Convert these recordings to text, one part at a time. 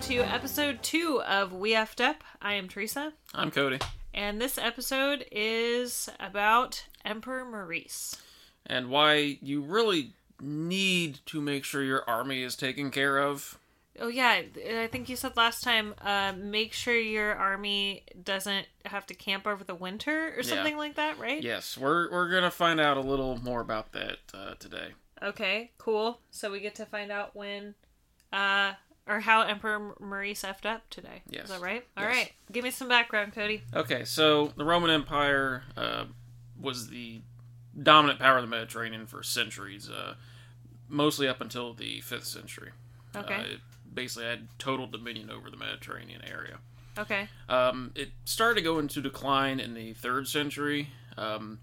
to episode two of We Effed Up. I am Teresa, I'm Cody. and this episode is about Emperor Maurice. And why you really need to make sure your army is taken care of. Oh yeah, I think you said last time. Uh, make sure your army doesn't have to camp over the winter or something like that, right? Yes, we're we're gonna find out a little more about that uh, today. Okay, cool. So we get to find out when, uh, or how Emperor Maurice effed up today. Yes. Is that right? All Yes. right. Give me some background, Cody. Okay, so the Roman Empire uh, was the dominant power of the Mediterranean for centuries, uh, mostly up until the fifth century. Uh, Okay. it basically had total dominion over the Mediterranean area. okay. Um, it started to go into decline in the third century. Um,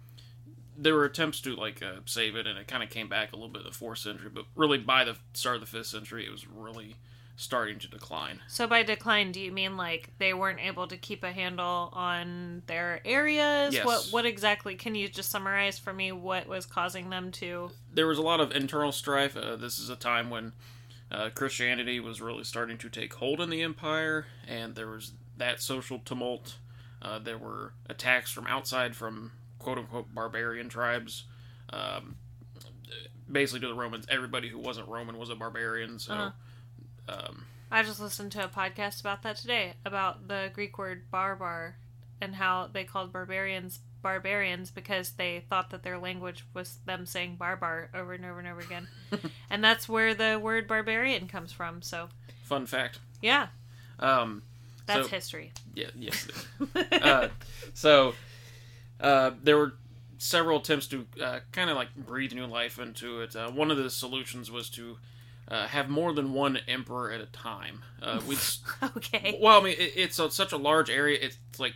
there were attempts to like uh, save it, and it kind of came back a little bit in the fourth century. But really, by the start of the fifth century, it was really starting to decline. So by decline, do you mean like they weren't able to keep a handle on their areas? Yes. What What exactly? Can you just summarize for me what was causing them to? There was a lot of internal strife. Uh, this is a time when uh, Christianity was really starting to take hold in the empire, and there was that social tumult. Uh, there were attacks from outside, from quote unquote barbarian tribes. Um, basically, to the Romans, everybody who wasn't Roman was a barbarian. So, Uh-huh. um, I just listened to a podcast about that today about the Greek word barbar and how they called barbarians barbarians because they thought that their language was them saying barbar over and over and over again. and that's where the word barbarian comes from. So, fun fact. yeah, Um, that's So- history. yeah, yes. it is. uh, so uh, there were several attempts to uh, kind of like breathe new life into it. Uh, one of the solutions was to uh, have more than one emperor at a time. Uh, we okay. well, I mean, it, it's a, such a large area. It's like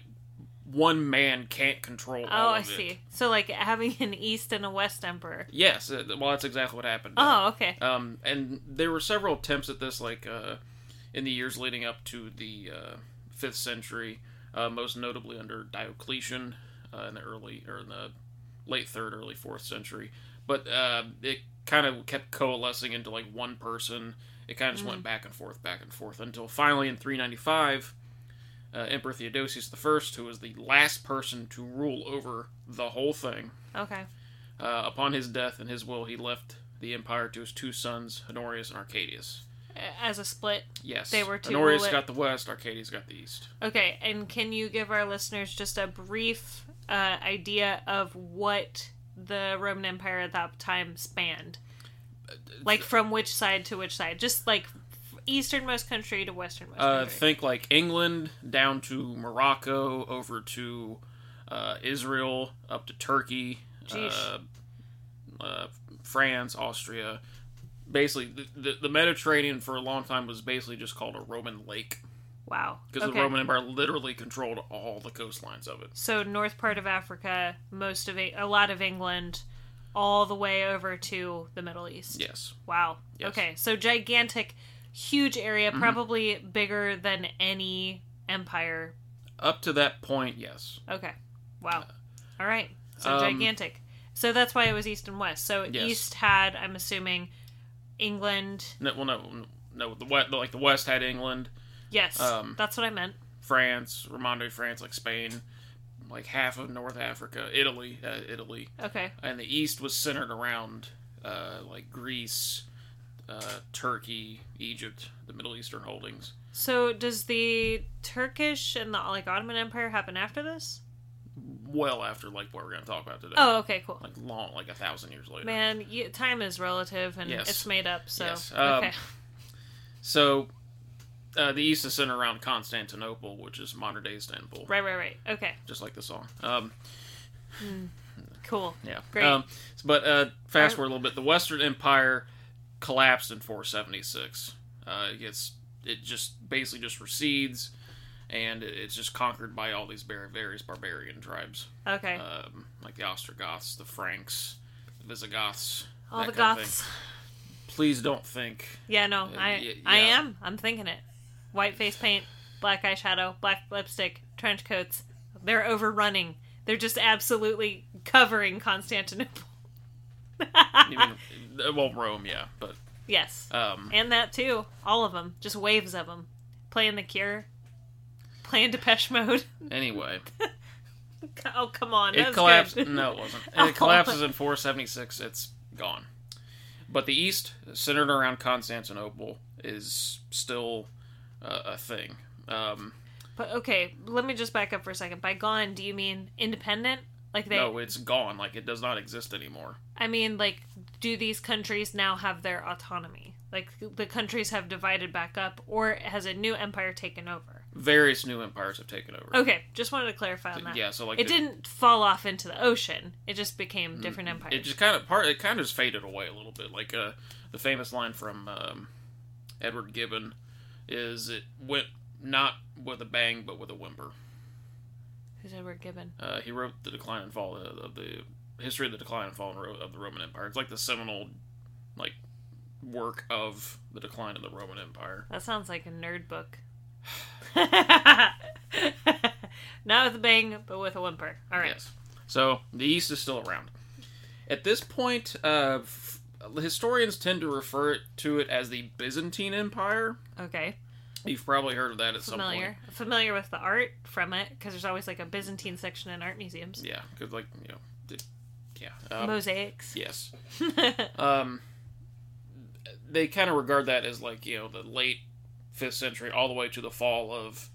one man can't control. Oh, all I of it. see. So like having an east and a west emperor. Yes, uh, well, that's exactly what happened. Oh, okay. Um, and there were several attempts at this, like uh, in the years leading up to the uh, fifth century, uh, most notably under Diocletian uh, in the early or in the late third, early fourth century. But uh, it kind of kept coalescing into like one person. It kind of just went back and forth, back and forth, until finally in 395, uh, Emperor Theodosius I, who was the last person to rule over the whole thing, Okay. uh, upon his death and his will, he left the empire to his two sons, Honorius and Arcadius. As a split. Yes, They were to Honorius rule it- got the west, Arcadius got the east. Okay, and can you give our listeners just a brief uh, idea of what the Roman Empire at that time spanned? Uh, Like from which side to which side? Just like f- easternmost country to westernmost Uh, country. think like England down to Morocco, over to uh, Israel, up to Turkey, uh, Jeesh. uh, France, Austria. Basically, the, the, the Mediterranean for a long time was basically just called a Roman lake wow. because okay. the Roman Empire literally controlled all the coastlines of it. So north part of Africa, most of a, a lot of England, all the way over to the Middle East. Yes. Wow. Yes. Mm-hmm. Okay. So gigantic, huge area, probably bigger than any empire Up to that point, yes. Okay. Wow. All right. So Um, gigantic. So that's why it was east and west. So Yes. east had, I'm assuming, England. No, well, no, no. The west, like the West had England, Yes, Um, that's what I meant. France, Romande France, like Spain, like half of North Africa, Italy, uh, Italy, Okay. and the East was centered around uh, like Greece, uh, Turkey, Egypt, the Middle Eastern holdings. So does the Turkish and the like Ottoman Empire happen after this? Well, after like what we're gonna talk about today, Oh, okay, cool. like long, like a thousand years later. Man, you, time is relative and Yes. it's made up. So Yes, um, okay, So, uh, the East is centered around Constantinople, which is modern day Istanbul, right, right, right. Okay, just like the song. Um, cool. Yeah. Great. Um, s- but uh, fast Alright. forward a little bit. The Western Empire collapsed in 476. Uh, it gets it just basically just recedes, and it- it's just conquered by all these bar- various barbarian tribes, Okay, um, like the Ostrogoths, the Franks, the Visigoths. all the that kind of Goths. thing. Please don't think. Yeah, no, Uh, I y- I yeah. am. I'm thinking it. White face paint, black eyeshadow, black lipstick, trench coats. They're overrunning. They're just absolutely covering Constantinople. Even, uh, well, Rome, yeah, but yes, um, and that too. All of them, just waves of them. playing The Cure, playing Depeche Mode. Anyway, oh come on, that it was collapsed. good. No, it wasn't. Oh. It collapses in 476. It's gone. But the East, centered around Constantinople, is still uh, a thing. Um, But okay, let me just back up for a second. By gone, do you mean independent? Like they? no, it's gone. Like it does not exist anymore. I mean, like, do these countries now have their autonomy? Like the countries have divided back up, or has a new empire taken over? Various new empires have taken over. Okay, just wanted to clarify on that. Yeah, so like Oh, Mm, it didn't fall off into the ocean. It just became different empires. It just kind of part. It kind of just faded away a little bit. Like uh, the famous line from um, Edward Gibbon is, "It went not with a bang, but with a whimper." Who's Edward Gibbon? Uh, he wrote the decline and fall uh, of of the history of the decline and fall Ro- of the Roman Empire. It's like the seminal, like, work of the decline of the Roman Empire. That sounds like a nerd book. Not with a bang, but with a whimper. All right. Yes. So the East is still around. At this point, uh, f- historians tend to refer it- to it as the Byzantine Empire. Okay. You've probably heard of that at some point. Familiar. Familiar with the art from it, because there's always like a Byzantine section in art museums. Yeah, because like you know, it, yeah, um, Mosaics. yes. Um, they kind of regard that as like you know the late fifth century, all the way to the fall of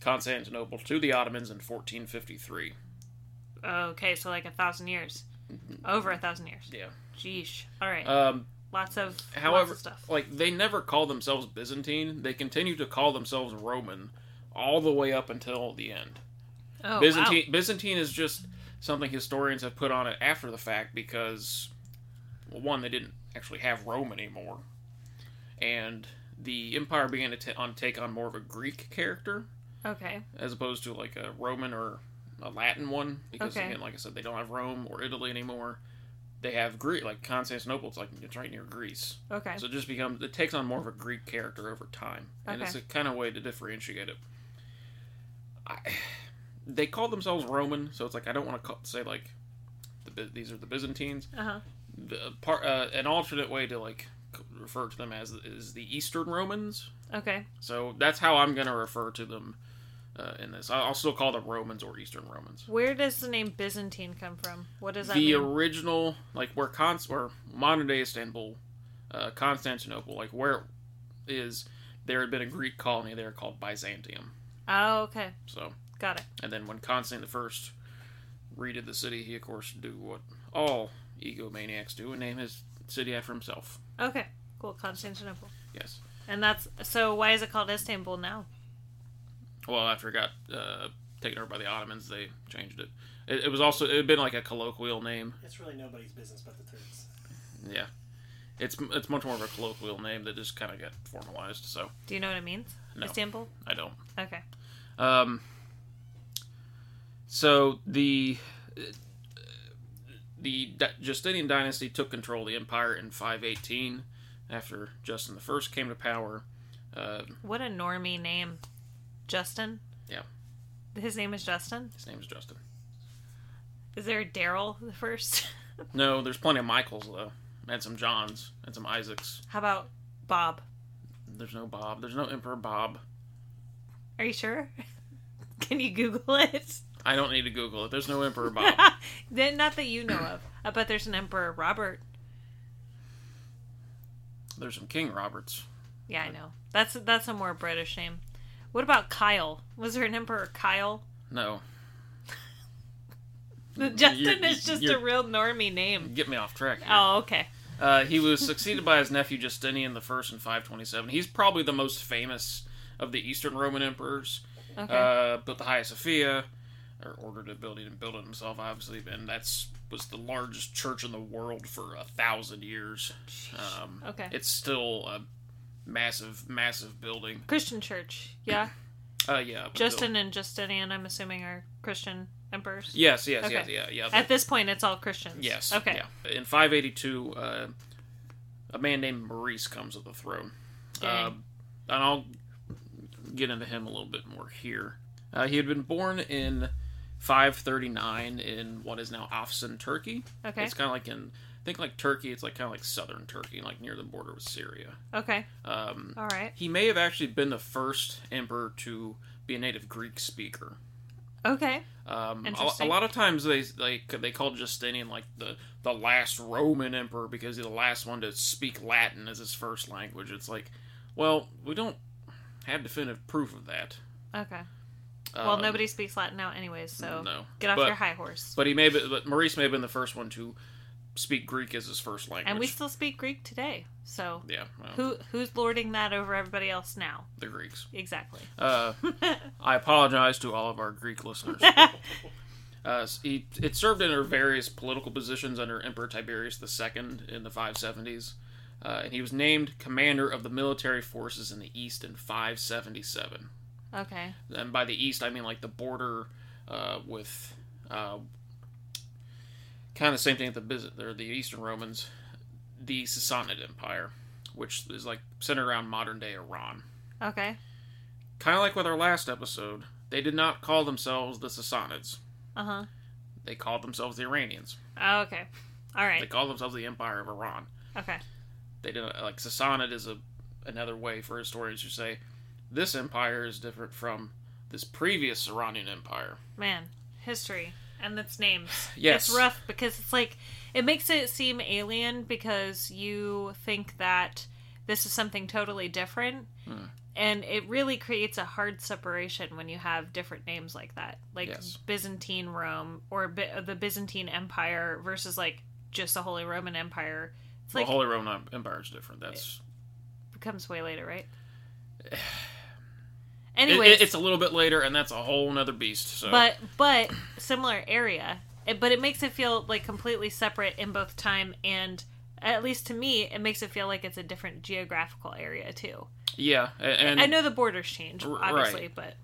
Constantinople to the Ottomans in 1453. okay, so like a thousand years. Over a thousand years. Yeah. Jeesh. All right. Um, lots of lots however, of stuff. like they never call themselves Byzantine. They continue to call themselves Roman all the way up until the end. Oh, Byzantine Byzantine is just something historians have put on it after the fact because well, one they didn't actually have Rome anymore, and the empire began to t- on, take on more of a Greek character wow. Okay. as opposed to like a Roman or a Latin one because Okay. again, like I said, they don't have Rome or Italy anymore. They have Greek, like Constantinople. It's like it's right near Greece, Okay. so it just becomes it takes on more of a Greek character over time, and it's a kind of way to differentiate it. I, they call themselves Roman, so it's like I don't want to call, say like the, By- these are the Byzantines. Uh huh. The part uh, an alternate way to like c- refer to them as is the Eastern Romans. Okay. So that's how I'm gonna refer to them uh, in this. I- I'll still call them Romans or Eastern Romans. Where does the name Byzantine come from? What does that mean? the original like where Const or modern day Istanbul, uh, Constantinople, like where it is, there had been a Greek colony there called Byzantium. oh, okay. So Got it. and then when Constantine the First redid the city, he of course do what all egomaniacs do and name his city after himself. Okay. Cool. Constantinople. Yes. And that's so. Why is it called Istanbul now? Well, after it got uh, taken over by the Ottomans, they changed it. It, it was also it had been like a colloquial name. It's really nobody's business but the Turks. Yeah. It's, it's much more of a colloquial name that just kind of got formalized, so Do you know what it means? No. Istanbul. I don't. Okay. Um, so the uh, the Di- Justinian dynasty took control of the empire in 518 after Justin I came to power. Uh, What a normie name, Justin. Yeah. His name is Justin. his name is Justin. Is there a Daryl the first? No, there's plenty of Michaels though, and some Johns and some Isaacs. How about Bob? There's no Bob. There's no Emperor Bob. Are you sure? Can you Google it? I don't need to Google it. There's no Emperor Bob. Then- Not that you know of. I bet there's an Emperor Robert. there's some King Roberts. Yeah, I know. That's that's a more British name. What about Kyle? Was there an Emperor Kyle? No, Justin you're- is just a you're- real normie name. get me off track. here. Oh, okay. Uh, he was succeeded by his nephew Justinian I in 527. He's probably the most famous of the Eastern Roman emperors. Okay. Uh, built the Hagia Sophia, or ordered to build it and built it himself, obviously, and that's was the largest church in the world for a thousand years. Um, Okay. It's still a massive, massive building. Christian church. Yeah. Uh, yeah. but Justin and Justinian, I'm assuming, are Christian emperors. still- Yes, yes, yes, Okay. yeah, yeah. At this point, it's all Christians. yes. Okay. yeah. In 582, uh, a man named Maurice comes to the throne. Dang. Um, and I'll get into him a little bit more here. Uh, he had been born in 539 in what is now Afsin, Turkey. Okay. It's kind of like in think like Turkey, it's like kind of like southern Turkey, like near the border with Syria. Okay. Um, All right. he may have actually been the first emperor to be a native Greek speaker. Okay. Um, a, a Interesting. lot of times they they they called Justinian like the the last Roman emperor because he's the last one to speak Latin as his first language. It's like, well, we don't have definitive proof of that. Okay. Well, Um, nobody speaks Latin now, anyways. So no. get off But- your high horse. But he may, have, but Maurice may have been the first one to speak Greek as his first language. and we still speak Greek today. So yeah, well, who who's lording that over everybody else now? the Greeks. Exactly. Uh, I apologize to all of our Greek listeners. Uh, he it served under various political positions under Emperor Tiberius II in the 570s, uh, and he was named commander of the military forces in the East in 577. okay. And by the East, I mean like the border uh, with uh, kind of the same thing that the Byz- or the Eastern Romans, the Sassanid Empire, which is like centered around modern day Iran Okay. kind of like with our last episode, they did not call themselves the Sassanids. Uh They called themselves the Iranians. huh. Oh, Okay. All They right. called themselves the Empire of Iran. Okay. They did not like Sassanid is a another way for historians to say this empire is different from this previous Iranian empire. Man, history and its names. Yes. It's rough because it's like it makes it seem alien because you think that this is something totally different. Hmm. And it really creates a hard separation when you have different names like that, like Yes. Byzantine Rome or Bi- the Byzantine Empire versus like just the Holy Roman Empire. It's The like Holy Roman Empire is different. That's comes way later, right? it- Anyways, it- it's a little bit later, and that's a whole nother beast. So but but similar area It- but it makes it feel like completely separate in both time and at least to me it makes it feel like it's a different geographical area too yeah, a- and i know the borders change Mm. R- obviously right. but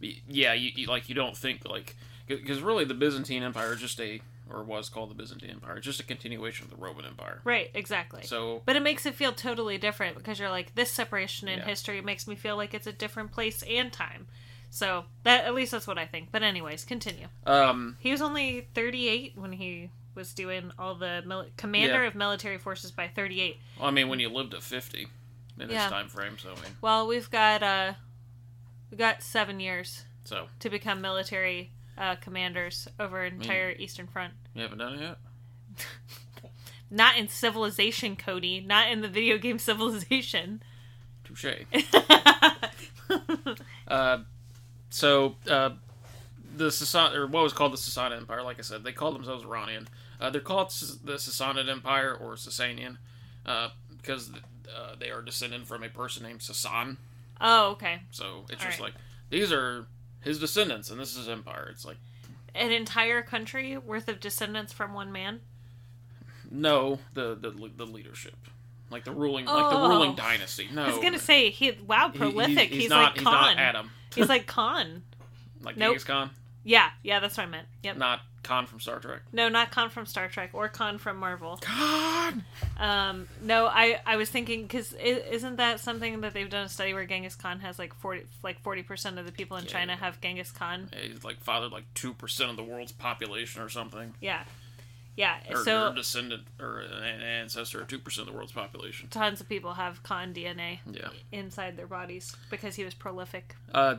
yeah, you, you like you don't think like because really the Byzantine Empire is just a or was called the Byzantine Empire, just a continuation of the Roman Empire. right exactly So but it makes it feel totally different because you're like this separation in Yeah. history makes me feel like it's a different place and time so that at least that's what i think but anyways continue um, he was only 38 when he was doing all the mil- commander Yeah. of military forces by 38 Well, I mean, when you lived to fifty in Yeah. this time frame, so I mean, Well, we've got uh, we got seven years so to become military uh, commanders over Mm. entire Eastern Front. you haven't done it yet. Not in Civilization, Cody. Not in the video game Civilization. Touche. uh, so uh, the Sassan or what was called the Sassanid Empire, like I said, they called themselves Iranian. Uh, they're called Sas- the Sassanid Empire or Sassanian uh, because uh, they are descended from a person named Sassan. oh, okay. So it's All just right. like these are his descendants, and this is his empire. It's like An entire country worth of descendants from one man. no, the the, the leadership, like the ruling, like the Oh. ruling dynasty. No, I was gonna say he. Wow, Oh. He- he's- prolific. he's, not, like he's not Khan. Adam. He's like Khan. Like Nope. Genghis Khan, Yeah, yeah, that's what I meant. Yep. not Khan from Star Trek. No, not Khan from Star Trek or Khan from Marvel. Khan. Um, no, I, I was thinking because isn't that something that they've done a study where Genghis Khan has like forty like forty percent of the people in Yeah. China have Genghis Khan? He's like fathered like two percent of the world's population or something, Yeah, yeah. or, so or descendant or an ancestor of two percent of the world's population. tons of people have Khan DNA Yeah. inside their bodies because he was prolific. Uh,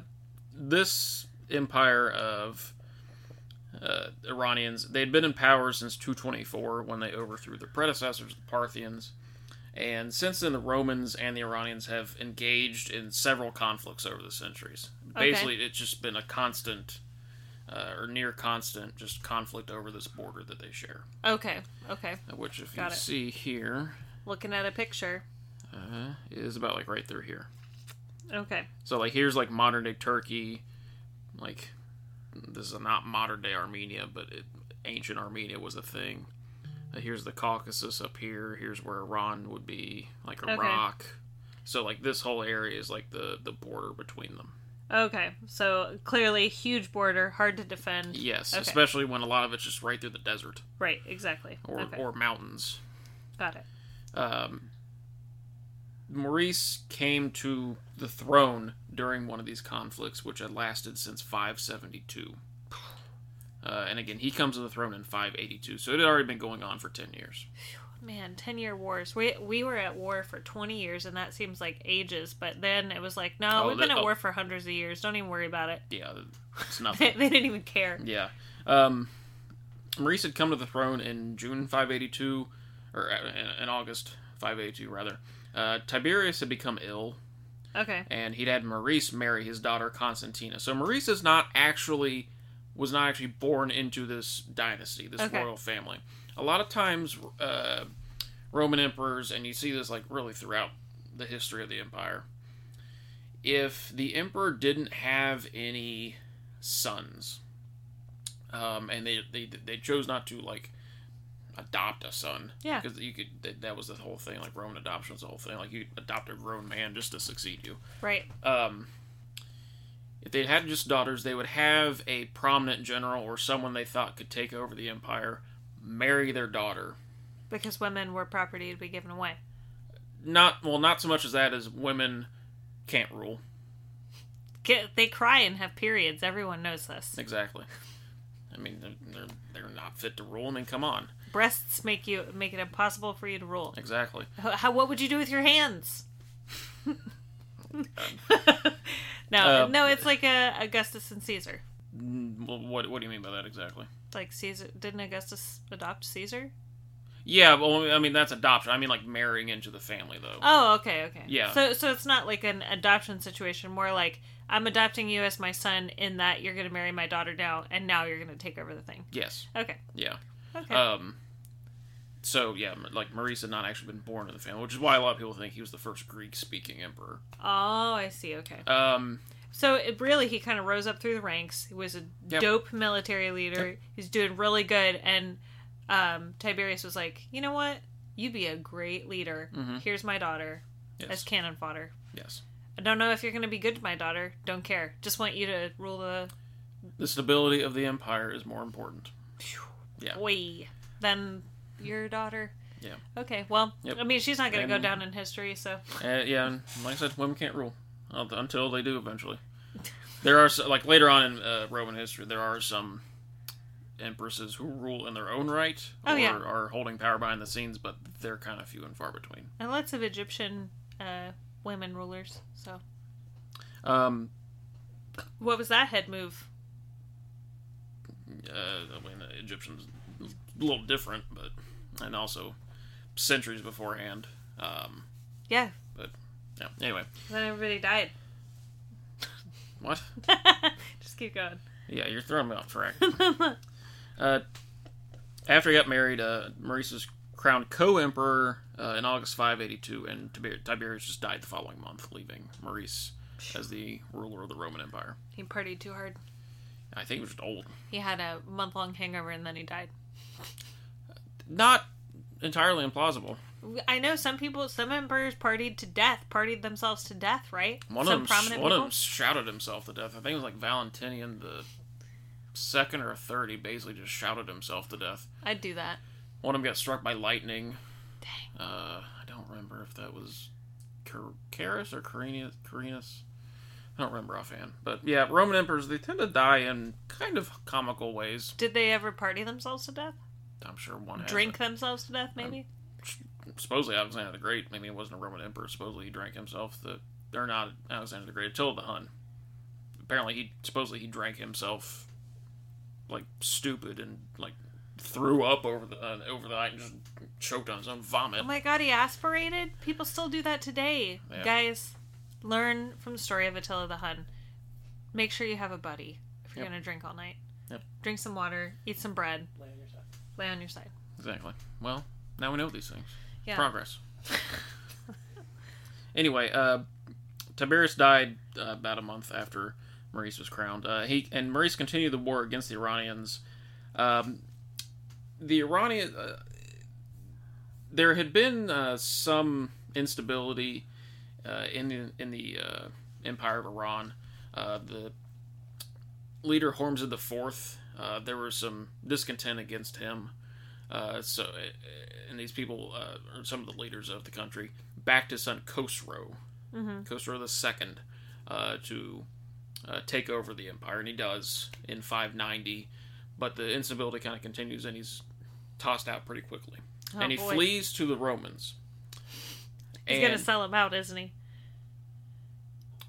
this empire of uh, Iranians, they'd been in power since 224 when they overthrew their predecessors, the Parthians. And since then, the Romans and the Iranians have engaged in several conflicts over the centuries. Okay. Basically, it's just been a constant, uh, or near constant, just conflict over this border that they share. Okay, okay. Which, if Got you it. see here, Looking at a picture. uh, is about like right through here. Okay, So like here's like modern day Turkey, like this is not modern day Armenia, but it, ancient Armenia was a thing. Uh, here's the Caucasus up here. Here's where Iran would be, like Okay. Iraq. So like this whole area is like the the border between them. okay. So clearly, huge border, hard to defend. Yes, Okay. especially when a lot of it's just right through the desert Right, exactly. or okay, or mountains. got it. Um, Maurice came to the throne during one of these conflicts, which had lasted since 572. Uh, and again, he comes to the throne in 582, so it had already been going on for 10 years. man, ten year wars. We we were at war for twenty years, and that seems like ages. But then it was like, no, Oh, we've the- been at oh. war for hundreds of years. Don't even worry about it. Yeah, it's they nothing. didn't even care. yeah. Um, Maurice had come to the throne in June 582, or uh, in- in August 582, rather. Uh, Tiberius had become ill, Okay. and he'd had Maurice marry his daughter Constantina. So Maurice is not actually was not actually born into this dynasty, this Okay. royal family. A lot of times, uh, Roman emperors, and you see this like really throughout the history of the empire. If the emperor didn't have any sons, um, and they, they they chose not to like adopt a son, Yeah. because you could that, that was the whole thing. Like Roman adoption was the whole thing. Like you adopt a grown man just to succeed you Right. um, if they had just daughters, they would have a prominent general or someone they thought could take over the empire marry their daughter. Because women were property to be given away. Not well, not so much as that as women can't rule Get, they cry and have periods. Everyone knows this. exactly. I mean, they're- they're they're not fit to rule. I mean, come on, Breasts make you make it impossible for you to rule. exactly. How, how what would you do with your hands? no, Uh, no, it's like uh Augustus and Caesar. Mm, Well, what what do you mean by that exactly? Like Caesar, didn't Augustus adopt Caesar? Yeah, well, I mean that's adoption. I mean like marrying into the family though. Oh, okay, okay. Yeah. So, so it's not like an adoption situation. More like I'm adopting you as my son. In that you're going to marry my daughter now, and now you're going to take over the thing. yes, Okay. yeah. Okay. Um, so yeah, m- like Maurice had not actually been born in the family, which is why a lot of people think he was the first Greek-speaking emperor. oh, I see. Okay. Um, So it, really, he kind of rose up through the ranks. He was a Yep. dope military leader. He's doing really good, and um, Tiberius was like, "You know what? You'd be a great leader. Mhm. Here's my daughter as yes, cannon fodder. yes. I don't know if you're going to be good to my daughter. Don't care. Just want you to rule the The stability of the empire is more important. Yeah. way than your daughter." Yeah. Okay. Well, Yep. I mean, she's not going to go And- down in history, so Uh, yeah, and like I said, women can't rule un- until they do eventually. There are so- like later on in uh, Roman history, there are some empresses who rule in their own right Oh, or yeah. are holding power behind the scenes, but they're kind of few and far between. and lots of Egyptian uh, women rulers. So Um, what was that head move? uh, I mean, the Egyptians a little different, but and also centuries beforehand. Um, Yeah. yeah. Anyway, Then everybody died. what? Just keep going. Yeah, you're throwing me off track. uh, after he got married, uh, Maurice was crowned co-emperor uh, in August 582, and Tiber- Tiberius just died the following month, leaving Maurice as the ruler of the Roman Empire. He partied too hard. I think he was just old. He had a month long hangover and then he died. Not entirely implausible. I know some people, some emperors partied to death, partied themselves to death, right? One some of them, one of them shouted himself to death. I think it was like Valentinian the second or third. He basically just shouted himself to death. I'd do that. One of them got struck by lightning. Dang. Uh, I don't remember if that was Car- Carus or Carinus. Carinus. I don't remember offhand. But yeah, Roman emperors, they tend to die in kind of comical ways. Did they ever party themselves to death? I'm sure one has Drink themselves to death, maybe? it. Supposedly Alexander the Great, maybe it wasn't a Roman emperor. Supposedly he drank himself. The, they're not Alexander the Great, Attila the Hun. Apparently he, supposedly he drank himself like stupid and like threw up over the, uh, over the night and just choked on his own vomit. oh my god, he aspirated? People still do that today. Yeah. Guys, learn from the story of Attila the Hun. Make sure you have a buddy if you're Yep. going to drink all night. Yep. Drink some water, eat some bread, Lay on your side. lay on your side. Exactly. Well, now we know these things. Yeah. Progress. anyway, uh, Tiberius died uh, about a month after Maurice was crowned. Uh, he and Maurice continued the war against the Iranians. Um, the Iranian, uh, there had been uh, some instability uh, in the in the uh, Empire of Iran. Uh, the leader Hormzd the Fourth. Uh, there was some discontent against him. Uh, so, uh, and these people, uh, are some of the leaders of the country, backed his son Khosrow, Mm-hmm. Khosrow the Second, uh, to uh, take over the empire, and he does in 590. But the instability kind of continues, and he's tossed out pretty quickly. Oh, and he boy. flees to the Romans. He's and gonna sell him out, isn't he?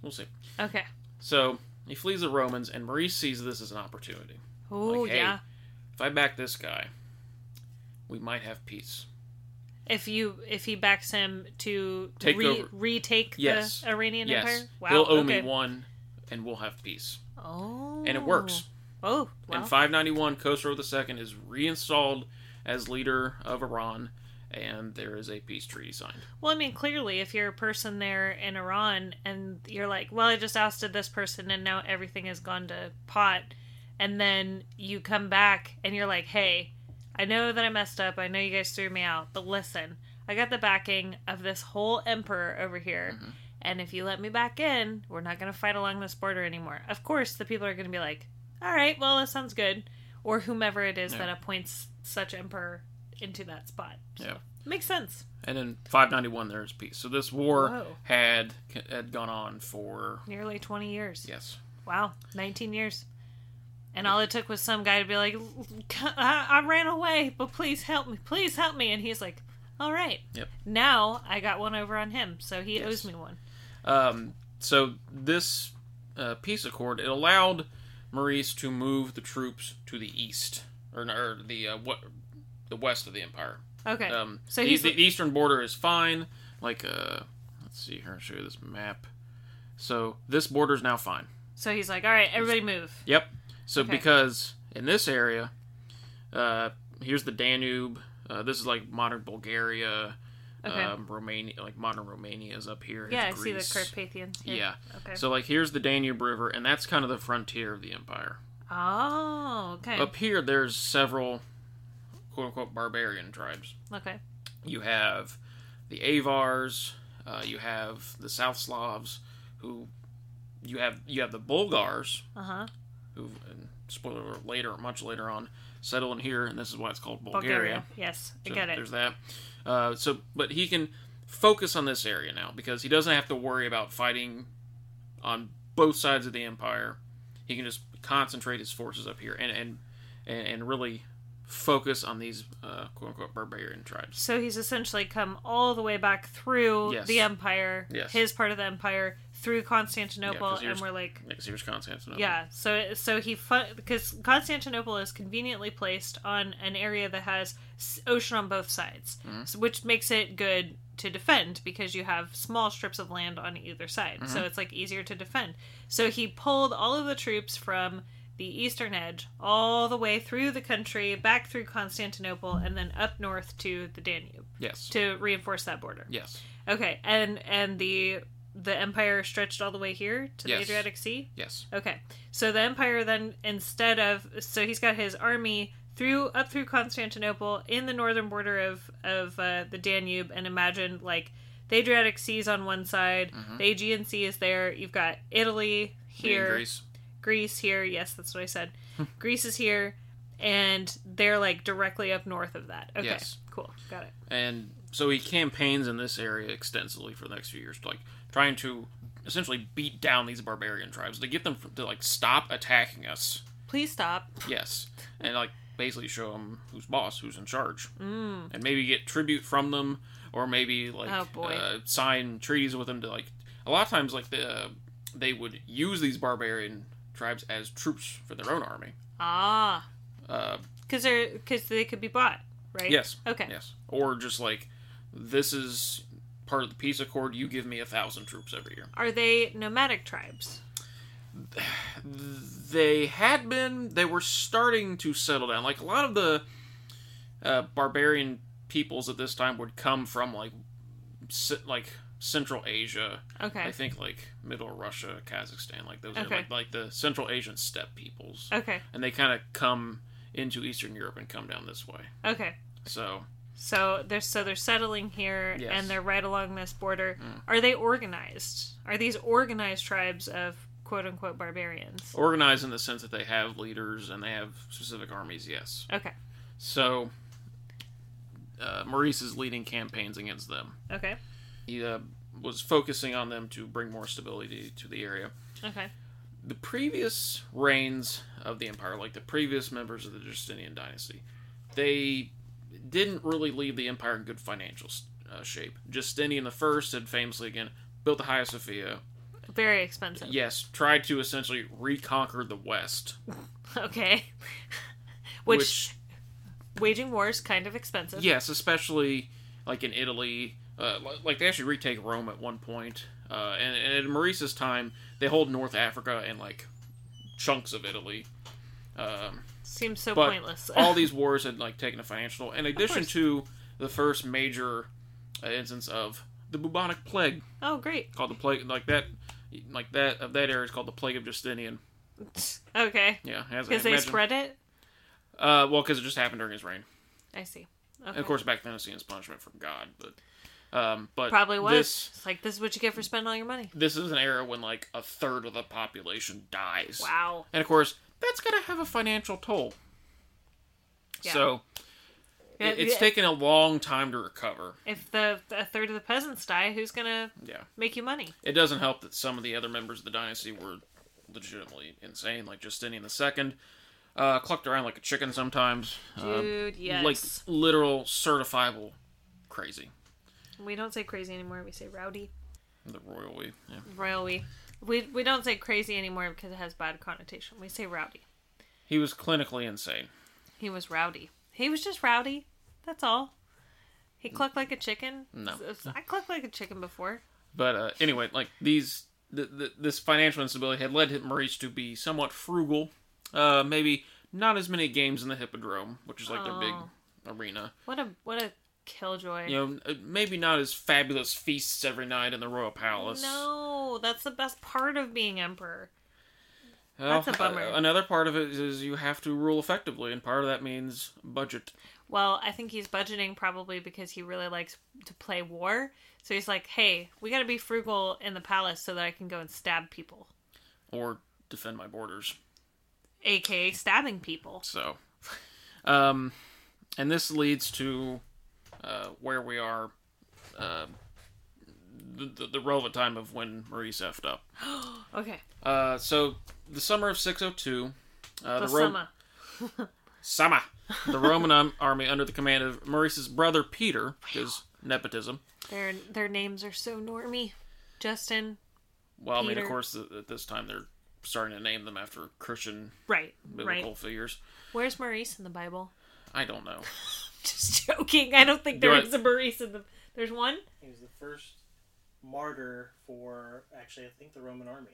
we'll see. Okay. So he flees the Romans, and Maurice sees this as an opportunity. Oh Like, hey. yeah. If I back this guy, we might have peace. If you if he backs him to Take re- over. retake Yes. the Iranian yes, Empire, wow, he'll owe okay. me one, and we'll have peace. Oh, And it works. Oh, wow. In 591, Khosrow II is reinstalled as leader of Iran, and there is a peace treaty signed. Well, I mean, clearly, if you're a person there in Iran and you're like, well, I just ousted this person and now everything has gone to pot, and then you come back and you're like, hey, I know that I messed up. I know you guys threw me out, but listen, I got the backing of this whole emperor over here. And if you let me back in, we're not going to fight along this border anymore. Of course, the people are going to be like, all right, well, that sounds good. Or whomever it is Yeah. that appoints such emperor into that spot. So, Yeah. Makes sense. And in 591, there is peace. So this war Whoa. had had gone on for Nearly 20 years. yes, Wow, 19 years. And all it took was some guy to be like, I, I ran away, but please help me. Please help me. And he's like, all right. Yep. Now I got one over on him, so he Yes. owes me one. Um, so this uh, peace accord it allowed Maurice to move the troops to the east or, or the uh, what the west of the empire. Okay. Um, So so the, he's- the eastern border is fine. Like uh, let's see here, I'll show you this map. So this border is now fine. so he's like, all right, everybody move. Yep. So Okay. because in this area, uh, here's the Danube. Uh, this is like modern Bulgaria, Okay. um, Romania, like modern Romania is up here. yeah, I Here's see the Greece. Carpathians. Here. Yeah. Okay. So like here's the Danube River, and that's kind of the frontier of the empire. oh, okay. Up here, there's several quote unquote barbarian tribes. Okay. You have the Avars, uh, you have the South Slavs, who you have you have the Bulgars, Uh huh. who and spoiler alert, later, much later on, settle in here, and this is why it's called Bulgaria. Bulgaria. Yes, I So get it. There's that. Uh, so, but he can focus on this area now because he doesn't have to worry about fighting on both sides of the empire. He can just concentrate his forces up here and and and, and really focus on these uh, quote unquote barbarian tribes. So he's essentially come all the way back through Yes. the empire, Yes. his part of the empire, through Constantinople, 'cause he and was- we're like, Next here's Constantinople. yeah. So so he because Constantinople is conveniently placed on an area that has s- ocean on both sides, so, which makes it good to defend because you have small strips of land on either side, so it's like easier to defend. So he pulled all of the troops from the eastern edge all the way through the country back through Constantinople and then up north to the Danube Yes. to reinforce that border. Yes. Okay, and and the the empire stretched all the way here to the Yes. Adriatic Sea. Yes. Okay, so the empire then instead of so he's got his army through up through Constantinople in the northern border of of uh, the Danube, and imagine like the Adriatic Sea is on one side, Mm-hmm. the Aegean Sea is there. You've got Italy Me and here, Greece. Greece here. Yes, that's what I said. Greece is here, and they're like directly up north of that. Okay, Yes. cool, got it. and so he campaigns in this area extensively for the next few years, like trying to essentially beat down these barbarian tribes to get them to like stop attacking us. Please stop. Yes, and like basically show them who's boss, who's in charge, mm. and maybe get tribute from them, or maybe like Oh, boy. Uh, sign treaties with them to like. A lot of times, like the uh, they would use these barbarian tribes as troops for their own army. Ah. Uh, Because they're because they could be bought, right? Yes. Okay. Yes. Or just like, this is part of the peace accord. You give me a thousand troops every year. Are they nomadic tribes? They had been. They were starting to settle down. Like a lot of the uh, barbarian peoples at this time would come from like, ce- like Central Asia. Okay. I think like Middle Russia, Kazakhstan, like those, Okay. are like, like the Central Asian steppe peoples, Okay. and they kind of come into Eastern Europe and come down this way. Okay. So So they're so they're settling here, Yes. Mm. and they're right along this border. Are they organized? Are these organized tribes of quote unquote barbarians? organized in the sense that they have leaders and they have specific armies. Yes. Okay. So, uh, Maurice is leading campaigns against them. Okay. He uh, was focusing on them to bring more stability to the area. Okay. The previous reigns of the empire, like the previous members of the Justinian dynasty, they didn't really leave the empire in good financial uh, shape. Justinian I had famously again built the Hagia Sophia. Very expensive. Yes, tried to essentially reconquer the West, Okay. Which, which, waging war is kind of expensive. yes, especially like in Italy, uh, li- like they actually retake Rome at one point, uh, and, and in Maurice's time they hold North Africa and like chunks of Italy. Um, Seems so but pointless. all these wars had like taken a financial. In addition course. to the first major uh, instance of the bubonic plague, oh, great. called the plague like that, like that of that area is called the plague of Justinian. Okay. Yeah, as I Because they imagine. spread it? Uh, well, because it just happened during his reign. I see. And Okay. of course, back then it was seen as punishment from God, but um, but Probably was. This, It's like, this is what you get for spending all your money. this is an era when like a third of the population dies. Wow. And of course, that's gonna have a financial toll. Yeah. So it, it's taken a long time to recover. if the a third of the peasants die, who's gonna Yeah. make you money? It doesn't help that some of the other members of the dynasty were legitimately insane, like Justinian II, uh, clucked around like a chicken sometimes, um, Dude, yes. like literal certifiable crazy. we don't say crazy anymore. We say rowdy, The royal we, yeah. royal. We we we don't say crazy anymore because it has bad connotation. We say rowdy. He was clinically insane. He was rowdy. He was just rowdy. That's all. He clucked like a chicken. No. S- I clucked like a chicken before. But uh, anyway, like these, th- th- this financial instability had led Maurice to be somewhat frugal. Uh, maybe not as many games in the Hippodrome, which is like their Oh. big arena. What a what a killjoy. You know, uh, maybe not as fabulous feasts every night in the royal palace. No, that's the best part of being emperor. Well, That's a bummer. uh, another part of it is you have to rule effectively, and part of that means budget. Well, I think he's budgeting probably because he really likes to play war. So he's like, hey, we got to be frugal in the palace so that I can go and stab people, or defend my borders. aka stabbing people. So, um, and this leads to uh, where we are, uh, the, the, the relevant time of when Maurice effed up. Okay, Uh, so, the summer of 602, uh, the, the, Ro- summer. Sama. the Roman um, army under the command of Maurice's brother Peter, because nepotism. Their their names are so normy. Justin, Well, I mean, Peter. of course, th- at this time they're starting to name them after Christian right, biblical right. figures. Where's Maurice in the Bible? I don't know. Just joking. I don't think Do there I- is a Maurice in the. There's one. He was the first martyr for, actually, I think the Roman army.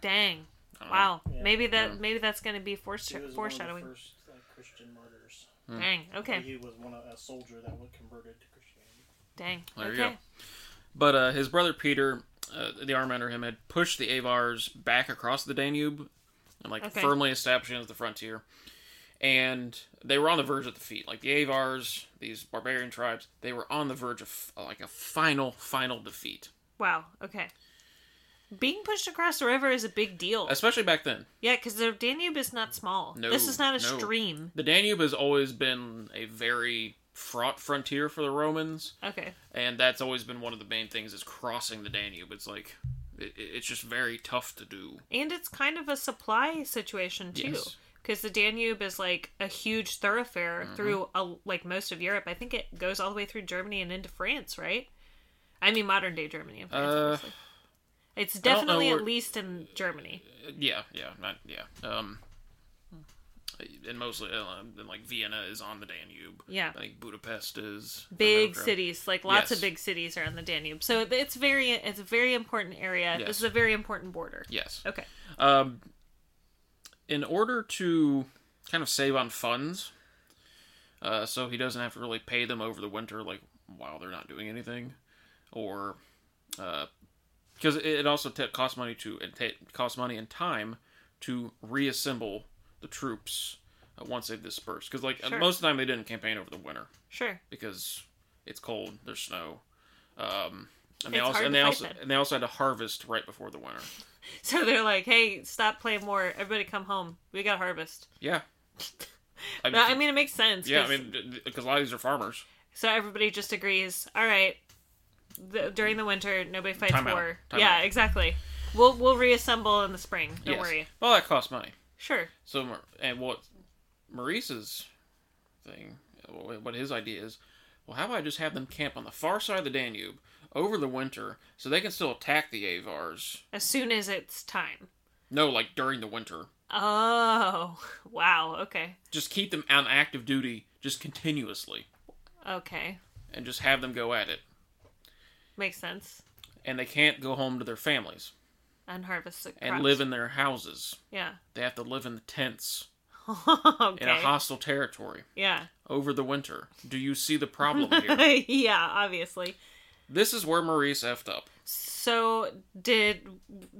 Dang. I don't Wow. Yeah. maybe that Oh, Yeah. maybe that's gonna be He foresh- was foreshadowing. one of the first like, Christian martyrs. Hmm. Dang. Okay. He was one of a soldier that was converted to Christianity. Dang. There you okay. go. But uh, his brother Peter, uh, the arm under him, had pushed the Avars back across the Danube and like Okay. firmly establishing it as the frontier. And they were on the verge of defeat. Like the Avars, these barbarian tribes, they were on the verge of uh, like a final, final defeat. Wow. Okay. Being pushed across the river is a big deal. Especially back then. Yeah, because the Danube is not small. No, this is not a no. stream. The Danube has always been a very fraught frontier for the Romans, Okay. and that's always been one of the main things is crossing the Danube. It's like it, it's just very tough to do. And it's kind of a supply situation too. Yes. Mm-hmm. Because the Danube is like a huge thoroughfare through a, like most of Europe. I think it goes all the way through Germany and into France, right? I mean, modern day Germany and France, Uh, obviously. It's know definitely at where- least in Germany. Yeah, yeah, not yeah. Um, and mostly, uh, and like Vienna is on the Danube. Yeah. I think Budapest is if I Big remember correctly. cities, like lots Yes. of big cities are on the Danube. So it's very, it's a very important area. Yes. This is a very important border. Yes. Okay. Um, in order to kind of save on funds, uh, so he doesn't have to really pay them over the winter, like while they're not doing anything, or uh, because it, it also t- costs money to it ta- costs money and time to reassemble the troops uh, once they've dispersed. Because like uh, Sure. most of the time they didn't campaign over the winter Sure. because it's cold, there's snow. Um, and they It's also hard to and they fight also then. and they also had to harvest right before the winter. So they're like, "Hey, stop playing war. Everybody come home. We got harvest." Yeah. I No, I mean it makes sense. yeah, 'cause- I mean, because a lot of these are farmers. so everybody just agrees. All right, the, during the winter, nobody fights Time out. war. Time yeah, out. exactly. We'll we'll reassemble in the spring. Don't worry. Well, that costs money. Sure. So, Mar- and what Maurice's thing what his idea is. Well, how about I just have them camp on the far side of the Danube over the winter so they can still attack the Avars? As soon as it's time. No, like during the winter. Oh, wow. Okay. Just keep them on active duty just continuously Okay. and just have them go at it. Makes sense. And they can't go home to their families And harvest the crops. and live in their houses. Yeah. They have to live in tents okay. in a hostile territory yeah. over the winter. Do you see the problem here? yeah, obviously. this is where Maurice effed up. So did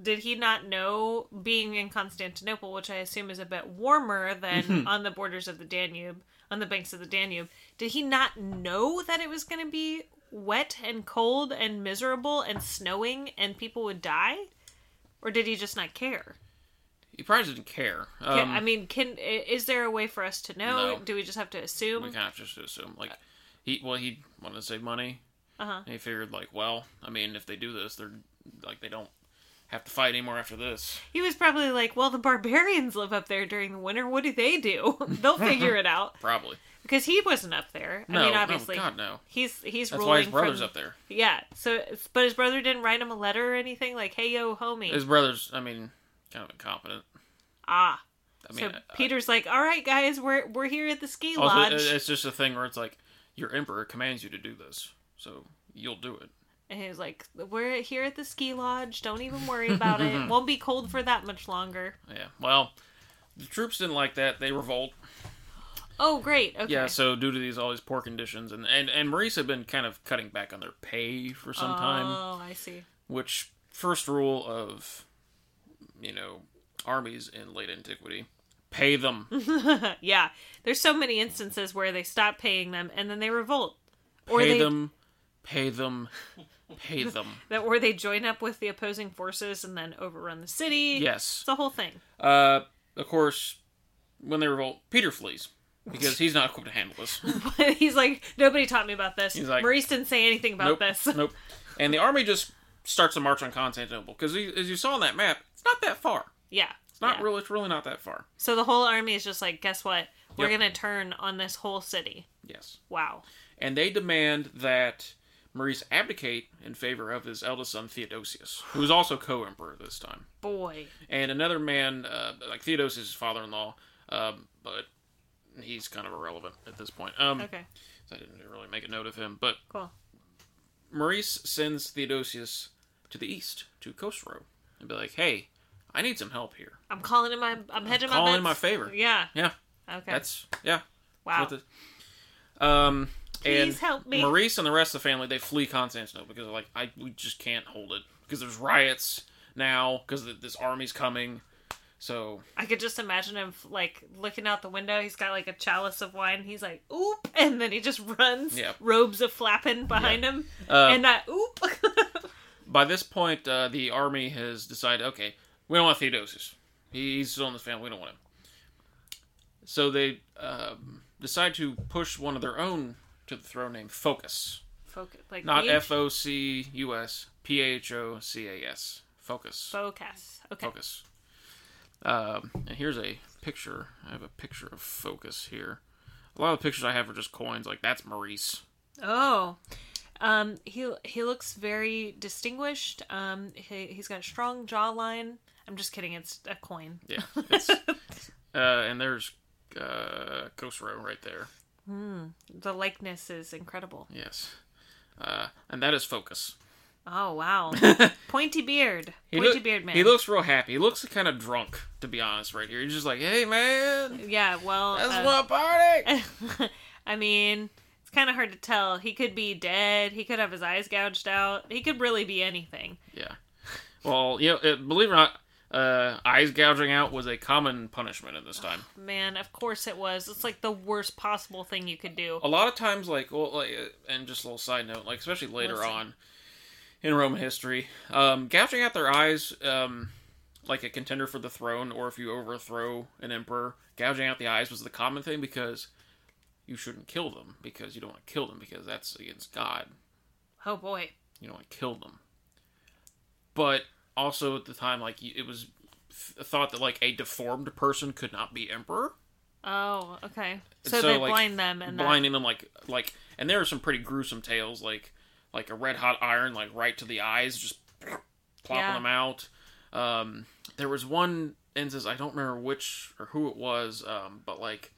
did he not know being in Constantinople, which I assume is a bit warmer than Mm-hmm. on the borders of the Danube, on the banks of the Danube, did he not know that it was going to be wet and cold and miserable and snowing and people would die? Or did he just not care? He probably didn't care. Um, Can- I mean, can i- is there a way for us to know? No. Do we just have to we assume? kind of just assume like he well he wanted to save money Uh-huh. and he figured like well i mean if they do this they're like they don't have to fight anymore after this He was probably like, "Well, the barbarians live up there during the winter. What do they do? They'll figure it out." probably Because he wasn't up there. no I mean, no, obviously, god no he's he's that's ruling why his brother's from, up there Yeah. So, it's- but his brother didn't write him a letter or anything like, "Hey, yo, homie." his brother's i mean kind of incompetent ah. i mean so I- Peter's like, "All right, guys, we're we're here at the ski also uh, lodge." it- it's just a thing where it's like your emperor commands you to do this so you'll do it and he was like, "We're here at the ski lodge. Don't even worry about it. Won't be cold for that much longer." yeah well the troops didn't like that they revolt Oh, great. Okay. Yeah, so due to these all these poor conditions, and and and Maurice had been kind of cutting back on their pay for some time, Oh, I see. which first rule of you know armies in late antiquity, pay them. yeah. There's so many instances where they stop paying them and then they revolt. Or pay they them, pay them, pay them. that or they join up with the opposing forces and then overrun the city. It's Yes. the whole thing. Uh, of course, when they revolt, Peter flees because he's not equipped to handle this. But he's like, nobody taught me about this. He's like, Maurice didn't say anything about nope, this. nope. And the army just starts a march on Constantinople because, as you saw on that map, it's not that far. Yeah. It's not yeah. really. It's really not that far. So the whole army is just like, guess what? We're Yep. gonna turn on this whole city. Yes. Wow. and they demand that Maurice abdicate in favor of his eldest son Theodosius, who is also co-emperor this time, Boy. and another man uh, like Theodosius' is father-in-law, um, but he's kind of irrelevant at this point. Um, Okay. so I didn't really make a note of him, but Cool. Maurice sends Theodosius to the east to Khosrow and be like, "Hey, I need some help here. I'm calling in my I'm hedging my Call bets. in my favor." Yeah. Yeah, Okay. that's yeah. wow. With the- um, Please and help me. Maurice and the rest of the family they flee Constantinople because they're like I we just can't hold it because there's riots now because this army's coming. So I could just imagine him like looking out the window. He's got like a chalice of wine. He's like, oop, and then he just runs. Yeah. Robes a flapping behind him, uh, and I oop. by this point, uh, the army has decided okay, we don't want Theodosius. He's still in the family. We don't want him. So they um, decide to push one of their own to the throne named Focus, Focus, like not you- F O C U S P H O C A S. Focus. Focus. Okay. focus. Um, and here's a picture. I have a picture of focus here. A lot of the pictures I have are just coins. Like that's Maurice. Oh, um, he he looks very distinguished. Um, he he's got a strong jawline. I'm just kidding. It's a coin. Yeah. It's, uh, and there's uh, Kosro right there. The likeness is incredible. Yes. Uh, and that is focus. Oh wow, pointy beard, pointy loo- beard man. He looks real happy. He looks kind of drunk, to be honest, right here. He's just like, "Hey, man, yeah. Well, this uh, is my party." I mean, it's kind of hard to tell. He could be dead. He could have his eyes gouged out. He could really be anything. yeah. Well, you know, uh, believe it or not, uh, eyes gouging out was a common punishment in this time. Man, of course it was. It's like the worst possible thing you could do. a lot of times like well like uh, and just a little side note like especially later Listen. on in roman history um gouging out their eyes um like a contender for the throne or if you overthrow an emperor gouging out the eyes was the common thing because you shouldn't kill them because you don't want to kill them because that's against god Oh boy. you don't want to kill them but also at the time like you- it was f- thought that like a deformed person could not be emperor Oh, okay. And So, so, they like, blind them and blinding them like like and there are some pretty gruesome tales like like a red hot iron like right to the eyes just plopping Yeah. them out um there was one instance i don't remember which or who it was um but like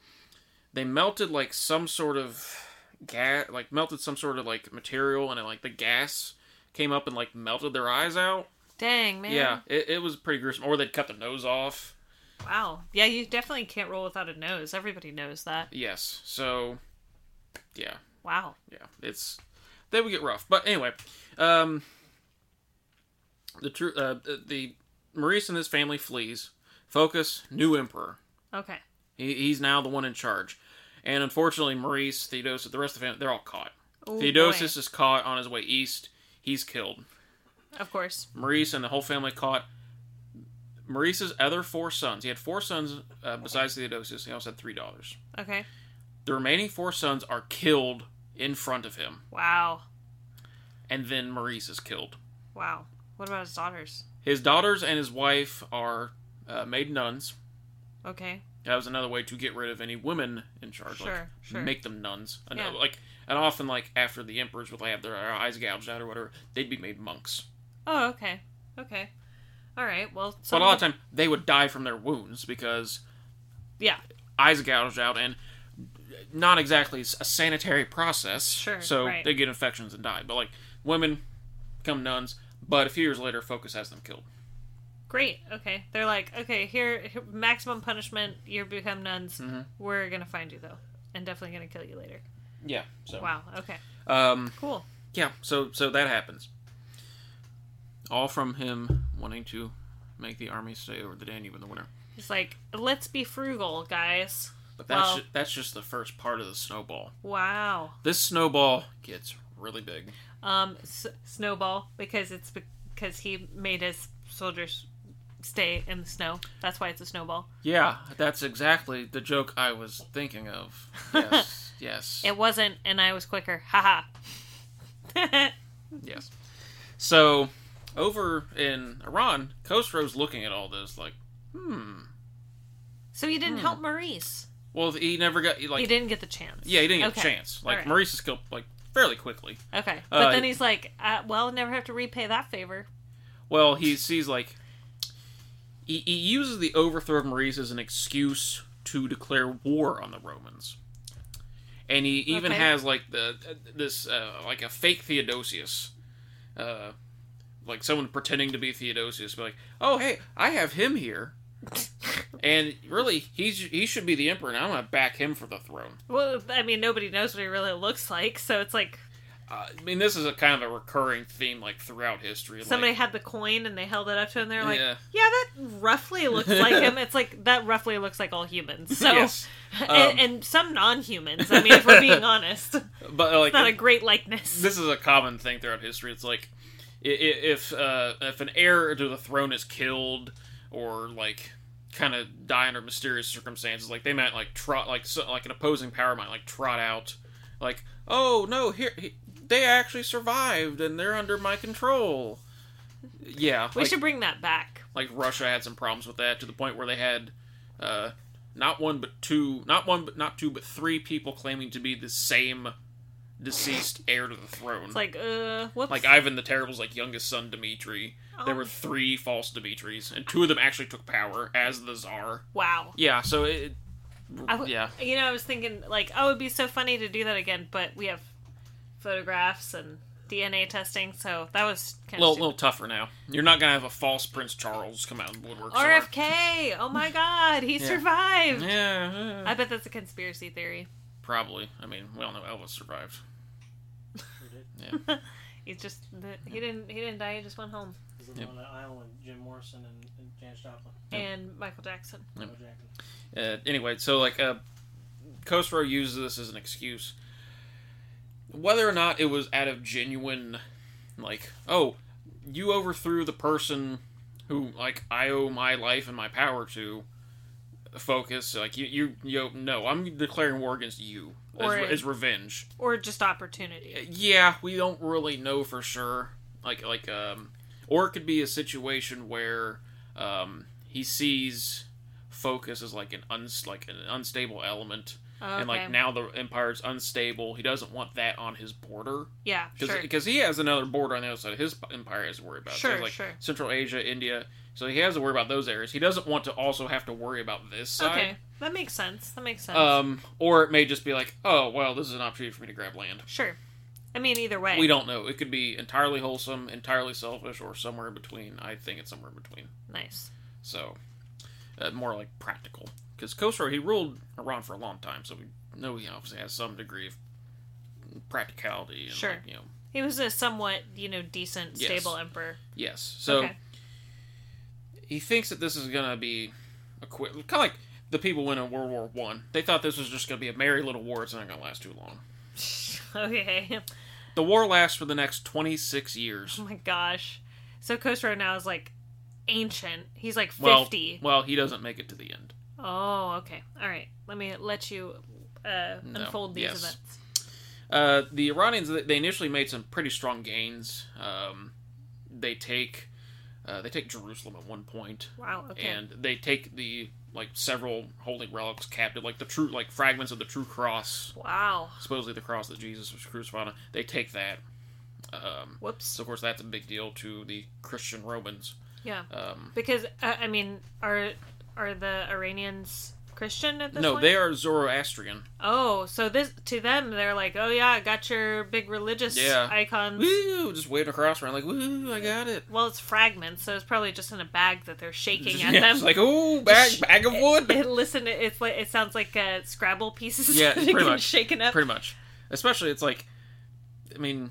they melted like some sort of gas like melted some sort of like material and then, like the gas came up and like melted their eyes out That... Dang man. yeah it, it was pretty gruesome or they'd cut their nose off Wow. Yeah, you definitely can't roll without a nose. Everybody knows that. yes so yeah Wow. yeah, it's they would get rough. But anyway, um, the true uh, the Maurice and his family flees. Focus, new emperor. Okay. He, he's now the one in charge, and unfortunately, Maurice, Theodosius, the rest of the family, they're all caught. Ooh, Theodosius is caught on his way east. He's killed. boy. Of course. Maurice and the whole family caught. Maurice's other four sons. He had four sons uh, besides Theodosius. He also had three daughters. Okay. The remaining four sons are killed in front of him, Wow. and then Maurice is killed. Wow. What about his daughters? His daughters and his wife are uh, made nuns. Okay. That was another way to get rid of any women in charge. like, Sure, sure. Make them nuns. I know, Yeah. like, and often, like, after the emperors would like, have their eyes gouged out or whatever, they'd be made monks. Oh, okay. Okay. All right. Well, But some a lot of time, they would die from their wounds because Yeah. eyes gouged out and not exactly a sanitary process. Sure, So right. they get infections and die. But, like, women become nuns, but a few years later, Focus has them killed. Great. Okay. They're like, okay, here, here- maximum punishment. You become nuns. Mm-hmm. We're gonna find you though, and definitely gonna kill you later. Yeah. So, Wow. Okay. um, Cool. yeah so so that happens all from him wanting to make the army stay over the danube in the winter It's like, let's be frugal, guys. but that's Well- ju- that's just the first part of the snowball Wow. this snowball gets really big Um, S- Snowball because it's because he made his soldiers stay in the snow. That's why it's a snowball. yeah that's exactly the joke i was thinking of yes yes It wasn't, and I was quicker. Haha. yes so over in iran khosrow's looking at all this like hmm so he didn't help Maurice. well he never got he, Hmm. like he didn't get the chance. yeah he didn't get Okay. a chance like Alright. maurice is killed like fairly quickly Okay, but Uh, then he's like, uh, "Well, I'll never have to repay that favor." Well, he sees like he, he uses the overthrow of Maurice as an excuse to declare war on the Romans, and he even Okay. has like the this uh, like a fake Theodosius, uh, like someone pretending to be Theodosius, be like, "Oh, hey, I have him here." and really, he's he should be the emperor, and I'm gonna back him for the throne. Well, I mean, nobody knows what he really looks like, so it's like Uh, I mean, this is a kind of a recurring theme, like throughout history. like- somebody had the coin and they held it up to him. They're like, Yeah. "Yeah, that roughly looks like him." It's like that roughly looks like all humans. So, Yes. Um, and, and some non-humans. I mean, if we're being honest, but like not a great likeness. this is a common thing throughout history. It's like i- i- if uh, if an heir to the throne is killed or like kind of die under mysterious circumstances, like they might like trot like so, like an opposing power might like trot out like oh no here he, they actually survived and they're under my control. Yeah, we like, should bring that back. like Russia had some problems with that to the point where they had uh, not one but two, not one but not two but three people claiming to be the same deceased heir to the throne. It's like, uh, whoops. Like Ivan the Terrible's like youngest son Dmitri. There Oh. were three false Dmitris, and two of them actually took power as the czar. wow. Yeah, so it. I w- yeah, You know, I was thinking like, oh, it'd be so funny to do that again, but we have photographs and DNA testing, so that was a kind little, of little tougher now. You're not gonna have a false Prince Charles come out of the woodwork. somewhere. RFK. Oh my God, he survived. Yeah, I bet that's a conspiracy theory. probably. I mean, we all know Elvis survived. Sure did. He's just he didn't he didn't die. He just went home. He's living on an island with Jim Morrison and, and Janis Joplin. Yep. And Michael Jackson. Yep. Michael Jackson. Uh, anyway, so like, uh, Khosrow uses this as an excuse. Whether or not it was out of genuine, like, oh, you overthrew the person who, like, I owe my life and my power to. Focus, like you, you, you. No, I'm declaring war against you as, Or- as revenge. Or just opportunity. Yeah, we don't really know for sure. Like, like, um, or it could be a situation where, um, he sees focus is like an uns like an unstable element, Okay. and like now the empire's unstable. He doesn't want that on his border yeah, sure. because he has another border on the other side. His empire has to worry about So he has, Sure, like sure. Central Asia, India. So he has to worry about those areas. He doesn't want to also have to worry about this side. Okay, that makes sense. That makes sense. Um, or it may just be like, oh well, this is an opportunity for me to grab land. sure. I mean, either way. We don't know. It could be entirely wholesome, entirely selfish, or somewhere in between. I think it's somewhere in between. Nice. So, uh, more like practical. Because Khosrow, he ruled Iran for a long time, so we know he obviously has some degree of practicality. And Sure. like, you know, He was a somewhat, you know, decent, Yes. stable emperor. yes. So okay. he thinks that this is gonna be a quick, kind of like the people went in World War One. They thought this was just gonna be a merry little war. It's not gonna last too long. okay. The war lasts for the next twenty six years. Oh my gosh. So Khosrow now is like ancient. He's like Well, 50. well, he doesn't make it to the end. oh, okay. All right. Let me let you uh, No. unfold these Yes. events. Uh, the Iranians th- they initially made some pretty strong gains. Um, they take uh, they take Jerusalem at one point, Wow. Okay. and they take the like several holy relics captive, like the true like fragments of the true cross, wow. supposedly the cross that Jesus was crucified on. They take that. Um, Whoops. so of course that's a big deal to the Christian Romans. Yeah. Um, Because uh, I mean, are are the Iranians Christian at this no, point? they are Zoroastrian. Oh, so this to them they're like, "Oh yeah, I got your big religious Yeah. icons." Woo! Just waving a cross around like woo! I got it. Well, it's fragments, so it's probably just in a bag that they're shaking at Yeah, them. it's like ooh, bag bag of wood. It- listen, it's like it sounds like uh, Scrabble pieces. Yeah, that pretty get much. shaken up. pretty much. Especially, it's like, I mean,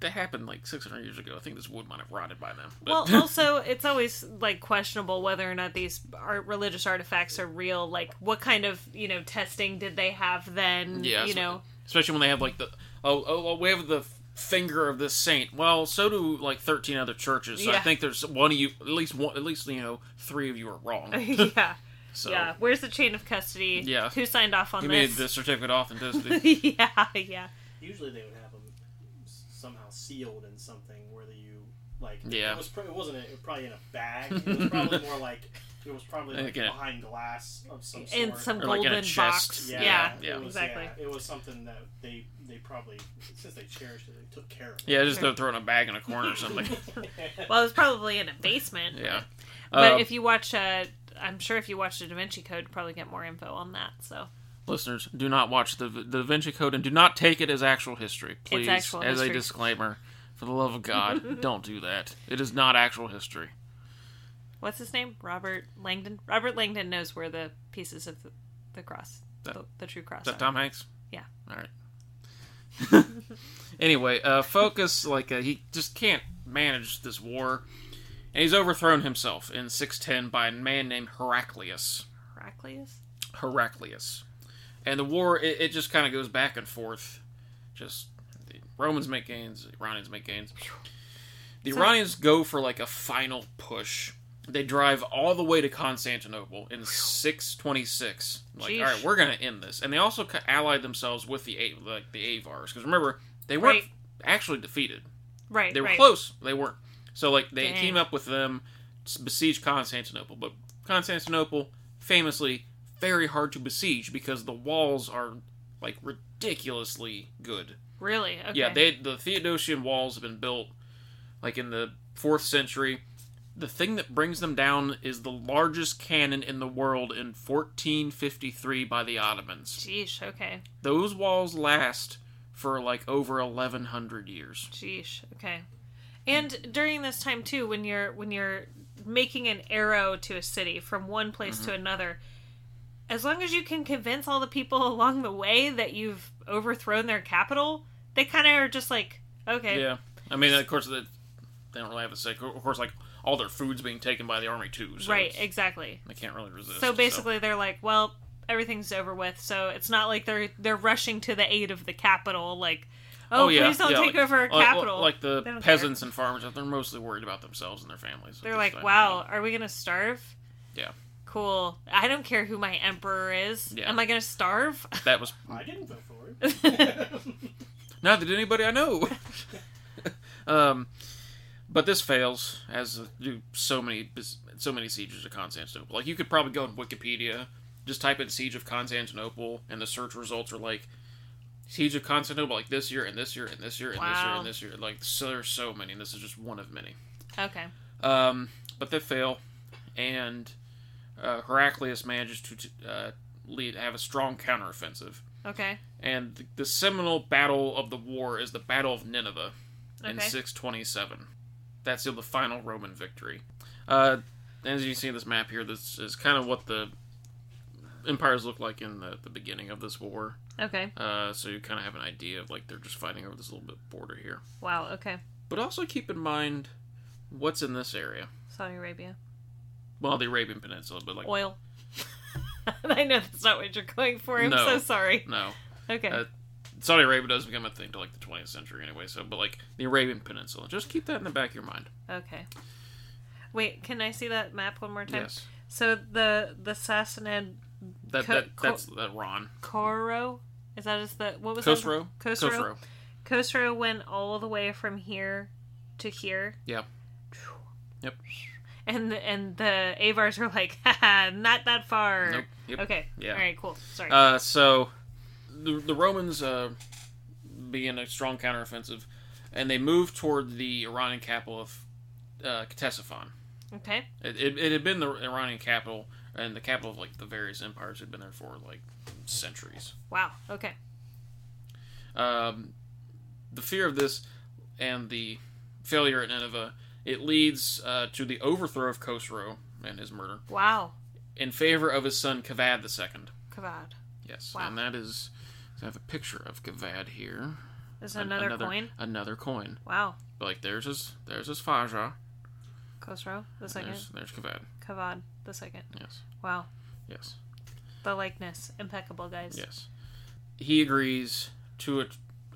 that happened like 600 years ago. I think this wood might have rotted by then. But, well, also, it's always like questionable whether or not these art, religious artifacts are real. Like, what kind of you know testing did they have then? Yeah, you that's what- know, especially when they have like the oh, oh oh, we have the finger of this saint. Well, so do like 13 other churches. So I Yeah. think there's one of you, at least one, at least you know, three of you are wrong. yeah, So yeah. Where's the chain of custody? Yeah. who signed off on he made this? the certificate of authenticity. yeah, yeah. Usually they would have them s- somehow sealed in something, whether you like. Yeah. It, was, pro- it wasn't. A, it was probably in a bag. It was probably more like it was probably like Like in a- behind glass of some sort. In some Or like in a golden chest. box. Yeah, Yeah, Yeah. it was, exactly. yeah, it was something that they they probably since they cherished it, they took care of. It. yeah, just don't throw it in a bag in a corner or something. Well, it was probably in a basement. Yeah. But Uh, if you watch, uh, I'm sure if you watch the Da Vinci Code, you'd probably get more info on that. So Listeners, do not watch the the Da Vinci Code and do not take it as actual history, please. actual as a history. disclaimer, for the love of God, don't do that. It is not actual history. what's his name? Robert Langdon. Robert Langdon knows where the pieces of the, the cross, That- the, the true cross. Is that are. Tom Hanks? Yeah. All right. anyway, uh, Focus like uh, he just can't manage this war, and he's overthrown himself in 610 by a man named Heraclius. Heraclius. Heraclius. And the war, it, it just kind of goes back and forth. Just the Romans make gains, the Iranians make gains. The So- Iranians go for like a final push. They drive all the way to Constantinople in 626. Like, Jeesh. all right, we're gonna end this. And they also ca- allied themselves with the A- like the Avars because remember they weren't Right. actually defeated. Right. They were right. close. They weren't. So like they Dang. team up with them, s- besiege Constantinople. But Constantinople, famously, very hard to besiege because the walls are like ridiculously good. Really? Okay. Yeah, they the Theodosian walls have been built like in the fourth century. The thing that brings them down is the largest cannon in the world in 1453 by the Ottomans. Jeesh. Okay. Those walls last for like over 1100 years. Jeesh. Okay. And during this time too, when you're when you're making an arrow to a city from one place to Mm-hmm. another, as long as you can convince all the people along the way that you've overthrown their capital, they kind of are just like, okay, Yeah, I mean, of course, they, they don't really have a say. Of course, like all their food's being taken by the army too, so right, it's- exactly. They can't really resist. So basically, they're like, well, everything's over with. So it's not like they're they're rushing to the aid of the capital, like, oh, please don't take like- over our like- capital. Like, the They don't peasants and farmers, they're mostly worried about themselves and their families. at They're this like, time. wow, are we gonna starve? Yeah. Cool. I don't care who my emperor is. Yeah. Am I gonna starve? that was I didn't vote for it. neither did anybody I know. um, but this fails as do so many. bes- so many sieges of Constantinople. Like you could probably go on Wikipedia, just type in siege of Constantinople, and the search results are like siege of Constantinople, like this year and this year and this year and this year Wow. and this year. Like so, there's so many, and this is just one of many. Okay. Um, but they fail, and uh, Heraclius manages to uh, lead have a strong counteroffensive. Okay. And the, the seminal battle of the war is the Battle of Nineveh in Okay. 627. That's the final Roman victory. Uh, as you see in this map here, this is kind of what the empires look like in the, the beginning of this war. Okay. Uh, so you kind of have an idea of like they're just fighting over this little bit border here. Wow. Okay. But also keep in mind what's in this area. Saudi Arabia. Well, the Arabian Peninsula, but like Oil. I know that's not what you're going for. I'm No. so sorry. no, Okay. Uh, Saudi Arabia does become a thing to like the 20th century anyway. So, but like the Arabian Peninsula, just keep that in the back of your mind. okay. Wait, can I see that map one more time? Yes, So the the Sassanid that, Co- that co- that's that Ron Koro is that is the what was that? Khosrow. Khosrow. Khosrow went all the way from here to here. Yeah. Yep. And and the Avars were like, haha, not that far. Nope. Yep. Okay. Yeah. All right. Cool. Sorry. Uh, so the, the Romans uh, began a strong counteroffensive, and they moved toward the Iranian capital of uh, Ctesiphon. okay. It, it, it had been the Iranian capital and the capital of like the various empires had been there for like centuries. Wow. Okay. um, the fear of this and the failure at Nineveh, it leads uh, to the overthrow of Khosrow and his murder Wow. in favor of his son Kavad II. Kavad. Yes, Wow. and that is. I have a picture of Kavad here. There's An- another, coin. Another coin. Wow. Like there's his, there's his Faja. Khosrow the second. There's, there's Kavad. Kavad the second. Yes, Wow. yes, The likeness. Impeccable, guys. yes. He agrees to a,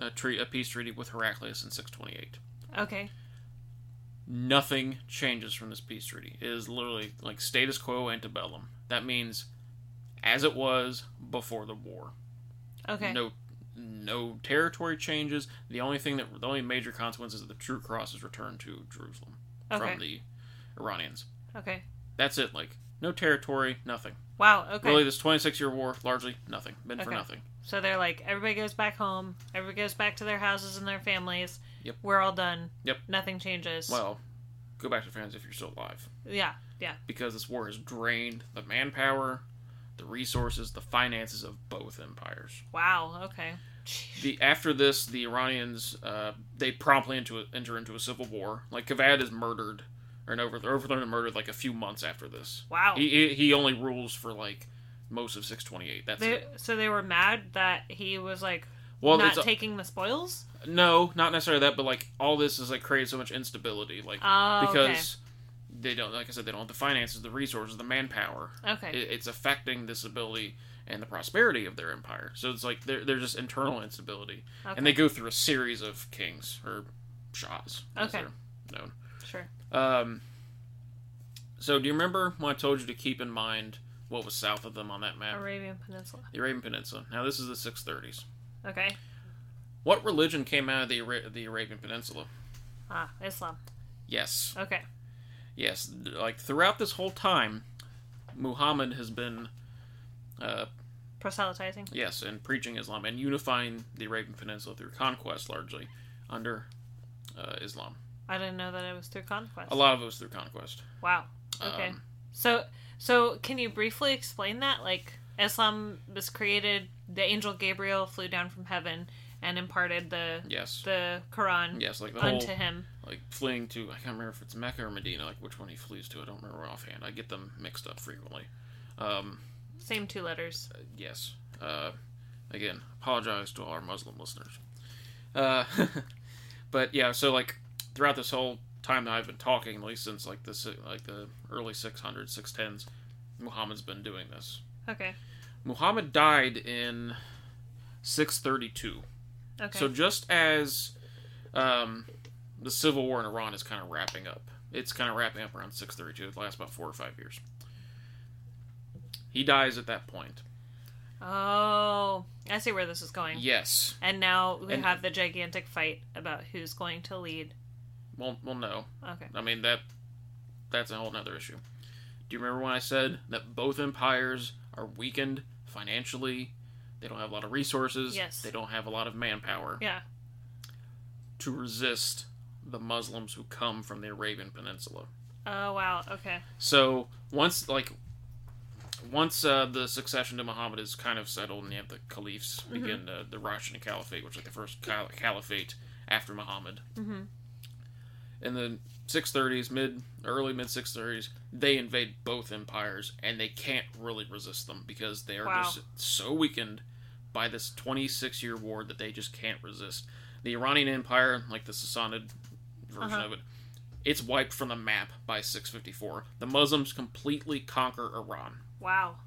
a, tre- a peace treaty with Heraclius in 628. Okay. nothing changes from this peace treaty. It is literally like status quo ante bellum. That means as it was before the war. Okay. No no territory changes. The only thing that the only major consequence is that the true cross is returned to Jerusalem Okay. from the Iranians. Okay. That's it, like no territory, nothing. Wow. Okay. Really this twenty six year war, largely nothing. Been for Okay. nothing. So they're like, everybody goes back home. Everybody goes back to their houses and their families. Yep. We're all done. Yep. Nothing changes. Well, go back to France if you're still alive. Yeah. Yeah. Because this war has drained the manpower, the resources, the finances of both empires. Wow. Okay. Jeez. the after this, the Iranians uh, they promptly into enter into a civil war. Like Kavad is murdered or an over, overthrown and murdered like a few months after this. Wow. He he- he only rules for like most of 628. That's They, it. so they were mad that he was like Well, not it's a- taking the spoils. no, not necessarily that, but like all this is like created so much instability, like Oh, because they don't, like I said, they don't have the finances, the resources, the manpower. okay. okay. It, it's affecting this ability and the prosperity of their empire. So it's like they're they're just internal instability. okay. and they go through a series of kings or shahs. as Okay. they're known. sure. Um, so do you remember when I told you to keep in mind what was south of them on that map? Arabian Peninsula. The Arabian Peninsula. Now this is the 630s. Okay. What religion came out of the Ara- the Arabian Peninsula? Ah, Islam. Yes, Okay. yes. Like throughout this whole time, Muhammad has been, uh, Proselytizing. yes, and preaching Islam and unifying the Arabian Peninsula through conquest largely under uh, Islam. I didn't know that it was through conquest. A lot of it was through conquest. Wow. Okay. Um, so so can you briefly explain that? Like Islam was created the angel Gabriel flew down from heaven and imparted the Yes. the Quran Yes, like the whole unto him. like fleeing to I can't remember if it's Mecca or Medina, like which one he flees to. I don't remember offhand. I get them mixed up frequently. Um, Same two letters. yes. Uh, again, apologize to all our Muslim listeners. Uh, but yeah, so like throughout this whole time that I've been talking, at least since like the si- like the early 600s, 610s, Muhammad's been doing this. Okay. Muhammad died in 632. Okay. So just as um, the civil war in Iran is kind of wrapping up, it's kind of wrapping up around 632. It lasts about four or five years. He dies at that point. oh, I see where this is going. Yes. And now we And- have the gigantic fight about who's going to lead. Well, well, no. Okay. I mean that. That's a whole nother issue. Do you remember when I said that both empires are weakened financially? They don't have a lot of resources. Yes. They don't have a lot of manpower Yeah. to resist the Muslims who come from the Arabian Peninsula. Oh wow. Okay. So once like once uh, the succession to Muhammad is kind of settled, and you have the caliphs Mm-hmm. begin the, the Rashidun Caliphate, which is like the first cal- caliphate after Muhammad. Mhm. In the 630s, mid early mid 630s, they invade both empires, and they can't really resist them because they are Wow. just so weakened by this 26 year war that they just can't resist. The Iranian Empire, like the Sassanid version Uh-huh. of it, it's wiped from the map by 654. The Muslims completely conquer Iran. Wow.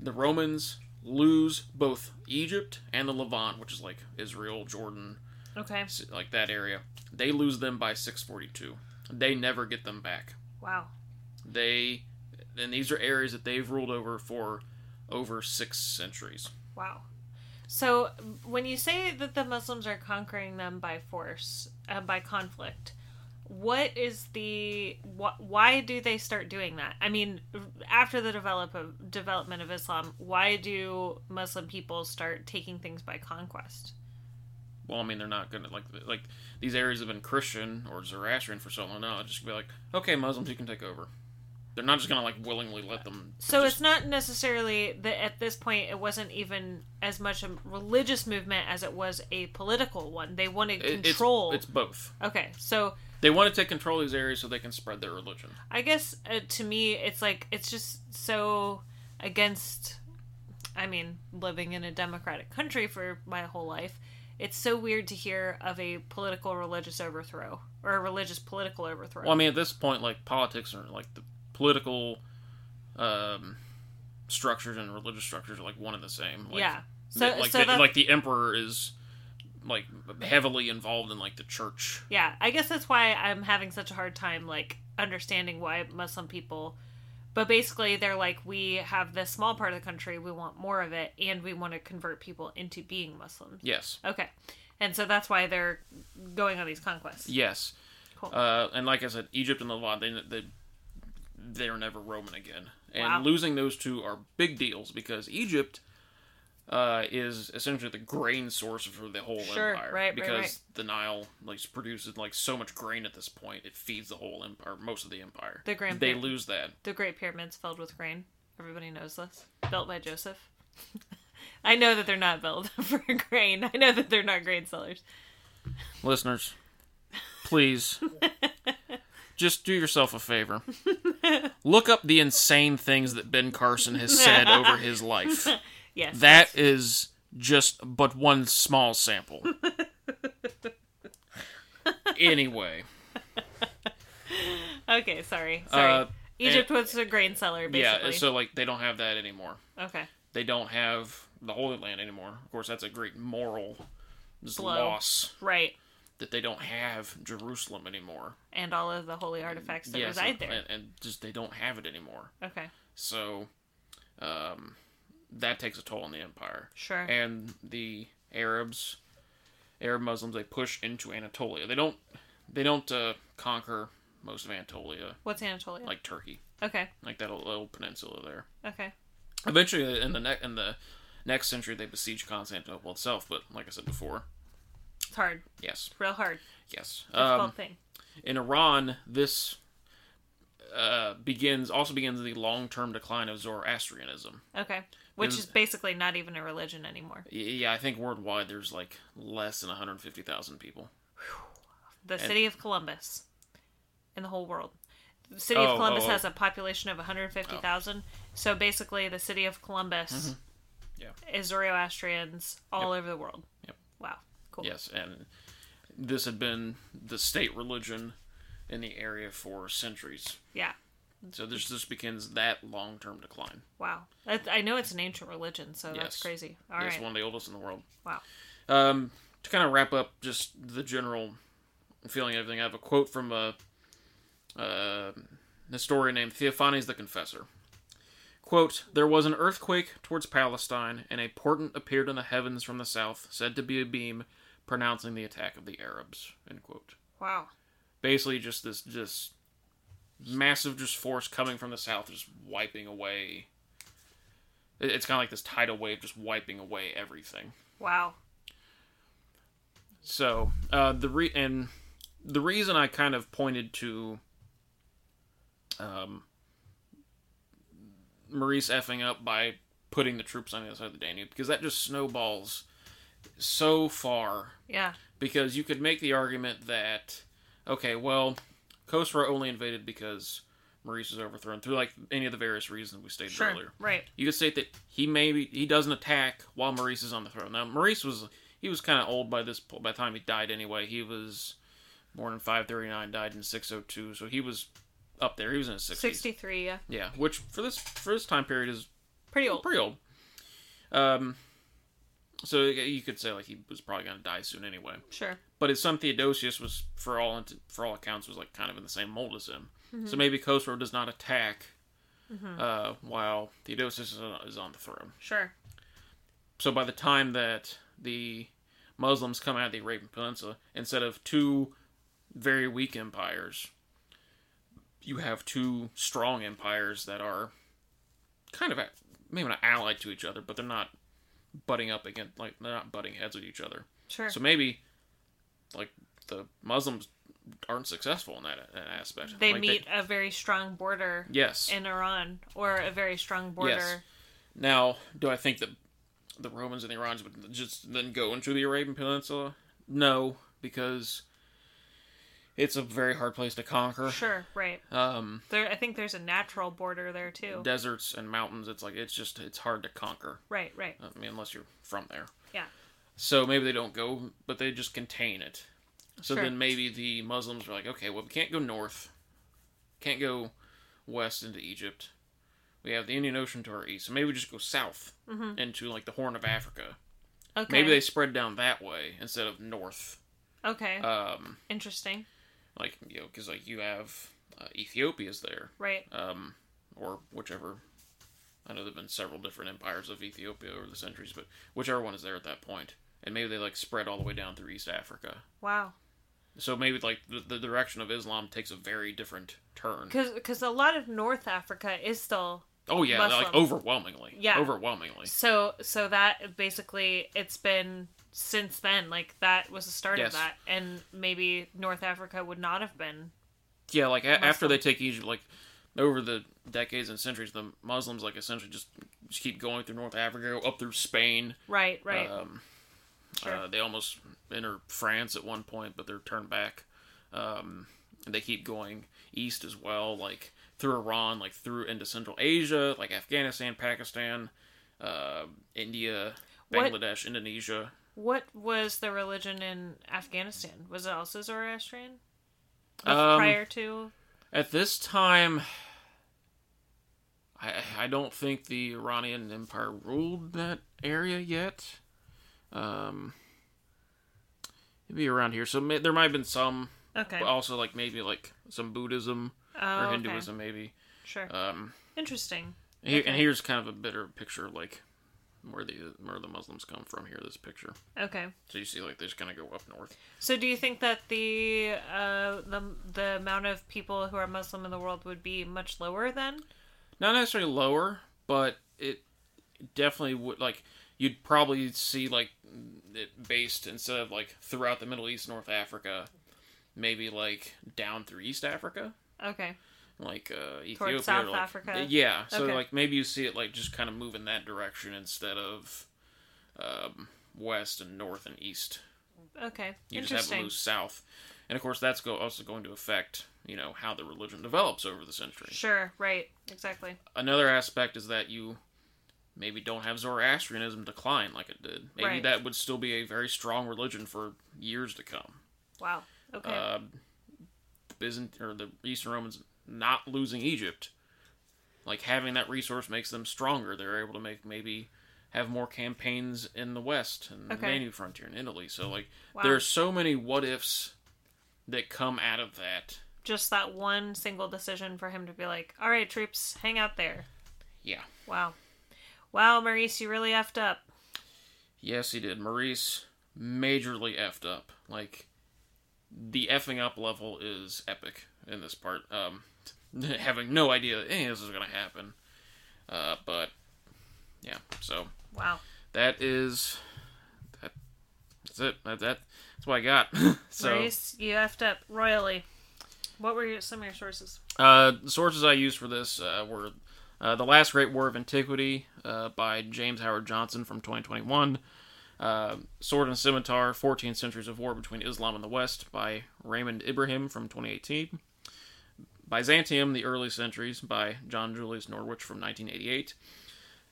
The Romans lose both Egypt and the Levant, which is like Israel, Jordan, Okay. s- like that area. They lose them by 642. They never get them back. Wow. They and these are areas that they've ruled over for over 6 centuries. Wow. So when you say that the Muslims are conquering them by force, uh, by conflict, what is the wh- why do they start doing that? I mean, after the develop of, development of Islam, why do Muslim people start taking things by conquest? Well, I mean, they're not gonna like like these areas have been Christian or Zoroastrian for so long now. It's just gonna be like, okay, Muslims, you can take over. They're not just gonna like willingly let them. So just- it's not necessarily that at this point it wasn't even as much a religious movement as it was a political one. They wanted it- it's- control. It's, both. Okay, so They want to take control of these areas so they can spread their religion. I guess uh, to me it's like it's just so against. I mean, living in a democratic country for my whole life, it's so weird to hear of a political religious overthrow or a religious political overthrow. Well, I mean, at this point, like politics are like the political um, structures and religious structures are like one and the same. Like, yeah. So, like, so the, that, like the emperor is like heavily involved in like the church. yeah i guess that's why i'm having such a hard time like understanding why muslim people but basically they're like we have this small part of the country we want more of it and we want to convert people into being muslims Yes. okay and so that's why they're going on these conquests Yes. Cool. Uh, and like I said, Egypt and the Levant, they, they, they're never Roman again. And Wow. losing those two are big deals because Egypt uh, is essentially the grain source for the whole Sure, empire. right, right, Because right. the Nile like produces like so much grain at this point, it feeds the whole empire, most of the empire. The grand They pyra- lose that. the great pyramids filled with grain everybody knows this built by joseph i know that they're not built for grain i know that they're not grain sellers Listeners, please, just do yourself a favor. Look up the insane things that Ben Carson has said over his life. yes That is just but one small sample. anyway, okay sorry sorry Uh, egypt was a grain seller basically yeah, so like they don't have that anymore. okay They don't have the Holy Land anymore. Of course, that's a great moral just Blow. loss right that they don't have Jerusalem anymore. and all of the holy artifacts that Yeah, so- reside there. And, and just they don't have it anymore. Okay, So um, that takes a toll on the empire. sure. and the Arabs, Arab Muslims, they push into Anatolia. They don't, they don't uh, conquer most of Anatolia, What's Anatolia? like Turkey, okay, like that little, little peninsula there. okay, Eventually, uh, in the ne- in the next century, they besiege Constantinople itself. But like I said before, it's hard, yes, real hard, yes. difficult Um, thing. in Iran, this uh, begins also begins the long term decline of Zoroastrianism. Okay, which and- is basically not even a religion anymore. Y- Yeah, I think worldwide there's like less than 150,000 people. The city of Columbus, in the whole world. The city Oh, of Columbus oh, oh. has a population of 150,000. So basically, the city of Columbus Mm-hmm. Yeah. is Zoroastrians all over the world. Yep. Wow. Cool. Yes, and this had been the state religion in the area for centuries. Yeah. So this this begins that long term decline. Wow. I, I know it's an ancient religion, so that's Yes. crazy. All right. it's one of the oldest in the world. Wow. Um, to kind of wrap up just the general feeling of everything, I have a quote from a, uh historian named Theophanes the Confessor. Quote, There was an earthquake towards Palestine, and a portent appeared in the heavens from the south, said to be a beam, pronouncing the attack of the Arabs. End quote. Wow. basically just this just massive just force coming from the south, just wiping away. it- It's kind of like this tidal wave, just wiping away everything. Wow. So uh, the re and the reason I kind of pointed to um, Maurice effing up by putting the troops on the other side of the Danube because that just snowballs so far Yeah. because you could make the argument that okay, well, Khosrow only invaded because Maurice was overthrown through like any of the various reasons we stated Sure. earlier Right. you could state that he maybe he doesn't attack while Maurice is on the throne. Now Maurice was he was kind of old by this po- by the time he died anyway. He was born in 539, died in 602, so he was up there. He was in his 60s. 63. Yeah. Yeah, which for this for this time period is Pretty old. pretty old. Um, so you could say like he was probably going to die soon anyway. Sure. But his son Theodosius was for all int- for all accounts was like kind of in the same mold as him. So maybe Khosrow does not attack uh, while Theodosius is on, is on the throne Sure. so by the time that the Muslims come out of the Arabian Peninsula, instead of two very weak empires, you have two strong empires that are kind of at, maybe not allied to each other, but they're not butting up against like they're not butting heads with each other. Sure. So maybe like the Muslims aren't successful in that, that aspect. they Like, meet a very strong border yes. in Iran or a very strong border. Yes. Now, do I think that the Romans and the Iranians would just then go into the Arabian Peninsula? No, because it's a very hard place to conquer. Sure. Right. Um, There. I think there's a natural border there too. deserts and mountains. It's like it's just it's hard to conquer. right. Right. I mean, unless you're from there. Yeah. So maybe they don't go, but they just contain it. So Sure. then maybe the Muslims are like, okay, well, we can't go north, can't go west into Egypt. We have the Indian Ocean to our east, so maybe we just go south into like the Horn of Africa. Mm-hmm. Okay. Maybe they spread down that way instead of north. Okay. Um, Interesting. like you know, because like you have uh, Ethiopia's there, Right. um, or whichever. I know there've been several different empires of Ethiopia over the centuries, but whichever one is there at that point, and maybe they like spread all the way down through East Africa. Wow. So maybe like the, the direction of Islam takes a very different turn. Because a lot of North Africa is still Oh yeah, like Muslim. overwhelmingly, Yeah. overwhelmingly. So so that basically it's been since then like that was the start Yes. of that and maybe North Africa would not have been. Yeah, like a- after they take Egypt, like over the decades and centuries, the Muslims like essentially just, just keep going through North Africa, up through Spain. Right, right. Um, Sure. uh, they almost enter France at one point, but they're turned back. Um, and they keep going east as well, like through Iran, like through into Central Asia, like Afghanistan, Pakistan, uh, India, What- Bangladesh, Indonesia. what was the religion in Afghanistan? Was it also Zoroastrian? Bef- Um, prior to At this time, I I don't think the Iranian Empire ruled that area yet. Um, it'd be around here, so may, there might have been some, Okay. but also like maybe like some Buddhism Oh, or okay. Hinduism, maybe. Sure. Um, Interesting. here, and here's kind of a better picture, of, like where the where the Muslims come from. Here, this picture, Okay. so you see like they just kind of go up north. So do you think that the uh the the amount of people who are Muslim in the world would be much lower then? not necessarily lower, but it definitely would like you'd probably see like it based instead of like throughout the Middle East, North Africa, maybe like down through East Africa, Okay. like uh, Ethiopia, or, South like- Africa? Yeah, so Okay. like maybe you see it like just kind of move in that direction instead of um, west and north and east. Okay. You just have it Interesting. move south, and of course that's go- also going to affect you know how the religion develops over the centuries Sure, right. Exactly. another aspect is that you maybe don't have Zoroastrianism decline like it did. Maybe Right. that would still be a very strong religion for years to come. Wow. Okay. Uh, the Byzant or the Eastern Romans not losing Egypt, like having that resource makes them stronger. They're able to make maybe have more campaigns in the West and the Okay. Manu frontier in Italy. So like Wow. there are so many what ifs that come out of that. just that one single decision for him to be like, all right, troops, hang out there. Yeah. Wow. Wow, Maurice, you really effed up. Yes, he did. Maurice majorly effed up. Like the effing up level is epic in this part. Um, having no idea any of this is going to happen. Uh, but yeah, so Wow. that is that. That's it. That, that that's what I got. so Maurice, you effed up royally. What were your, some of your sources? uh, the sources I used for this uh, were uh, the Last Great War of Antiquity uh, by James Howard Johnson from 2021. Uh, Sword and Scimitar: 14 Centuries of War Between Islam and the West by Raymond Ibrahim from 2018. Byzantium: The Early Centuries by John Julius Norwich from 1988,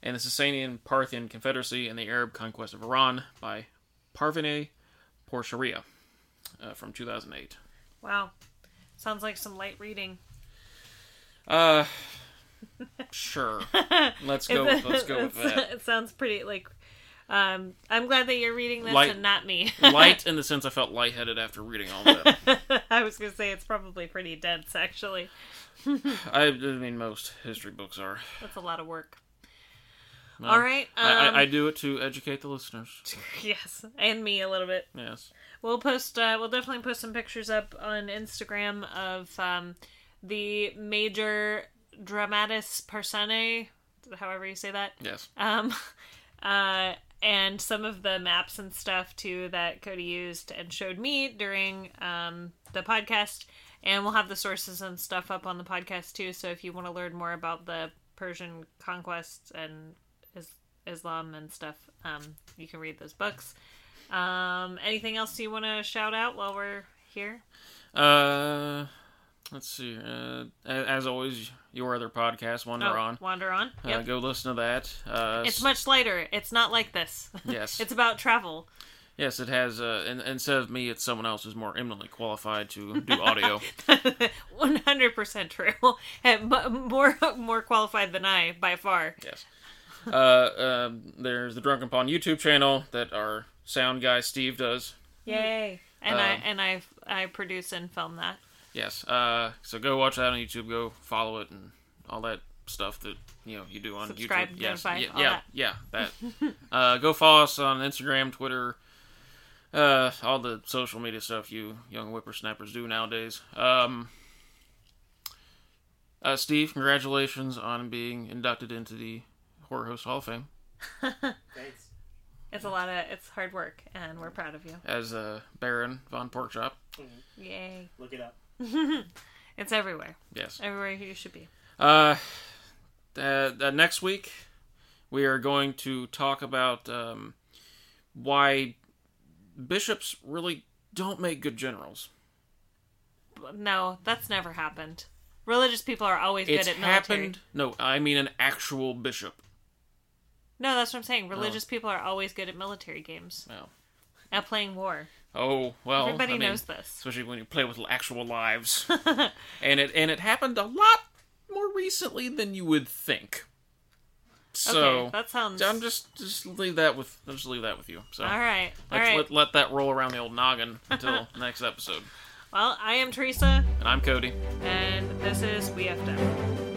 and the Sasanian Parthian Confederacy and the Arab Conquest of Iran by Parvene Porcharia uh, from 2008. Wow. Sounds like some light reading. Uh, sure. Let's go. With, let's go with It's- that. It sounds pretty like. Um, I'm glad that you're reading this Light- and not me. Light in the sense I felt lightheaded after reading all that. I was gonna say it's probably pretty dense, actually. I, I mean, most history books are. That's a lot of work. No. All right. Um, Mm. I, I, I do it to educate the listeners. yes, and me a little bit. Yes. We'll post. Uh, we'll definitely post some pictures up on Instagram of um, the major dramatis personae, however you say that. Yes. Um, uh, and some of the maps and stuff too that Cody used and showed me during um, the podcast. And we'll have the sources and stuff up on the podcast too. So if you want to learn more about the Persian conquests and is- Islam and stuff, um, you can read those books. Um, anything else you want to shout out while we're here? Uh, let's see. Uh, a- as always, your other podcast, Wander Oh, On. Wander on. Yep. Uh, go listen to that. Uh, it's much lighter. It's not like this. yes. it's about travel. yes, it has. Uh, and, instead of me, it's someone else who's more eminently qualified to do audio. One hundred percent true. And m- more more qualified than I by far. Yes. Uh, um, there's the Drunken Pawn YouTube channel that our sound guy Steve does. Yay! And I Um, and I I produce and film that. Yes. Uh, so go watch that on YouTube. Go follow it and all that stuff that you know you do on Subscribe, YouTube. Yes. notify, yeah. all yeah. that. yeah, that. uh, go follow us on Instagram, Twitter. Uh, all the social media stuff you young whippersnappers do nowadays. Um, uh, Steve, congratulations on being inducted into the Horror Host Hall of Fame. Thanks. It's a lot of it's hard work, and we're proud of you. as uh, Baron von Porkchop. Yay! Look it up. It's everywhere, Yes. everywhere you should be. Uh, uh, uh, next week, we are going to talk about um, why bishops really don't make good generals. No, that's never happened. Religious people are always It's good at military. happened. No, I mean an actual bishop. No, that's what I'm saying. Religious people are always good at military games, Well, at playing war. oh well. Everybody I mean, knows this. especially when you play with actual lives, and it and it happened a lot more recently than you would think. So okay, that sounds. I'm just just leave that with just leave that with you. So. All right, all Let's right. let, let that roll around the old noggin until next episode. Well, I am Teresa. And I'm Cody. and this is We Have Done.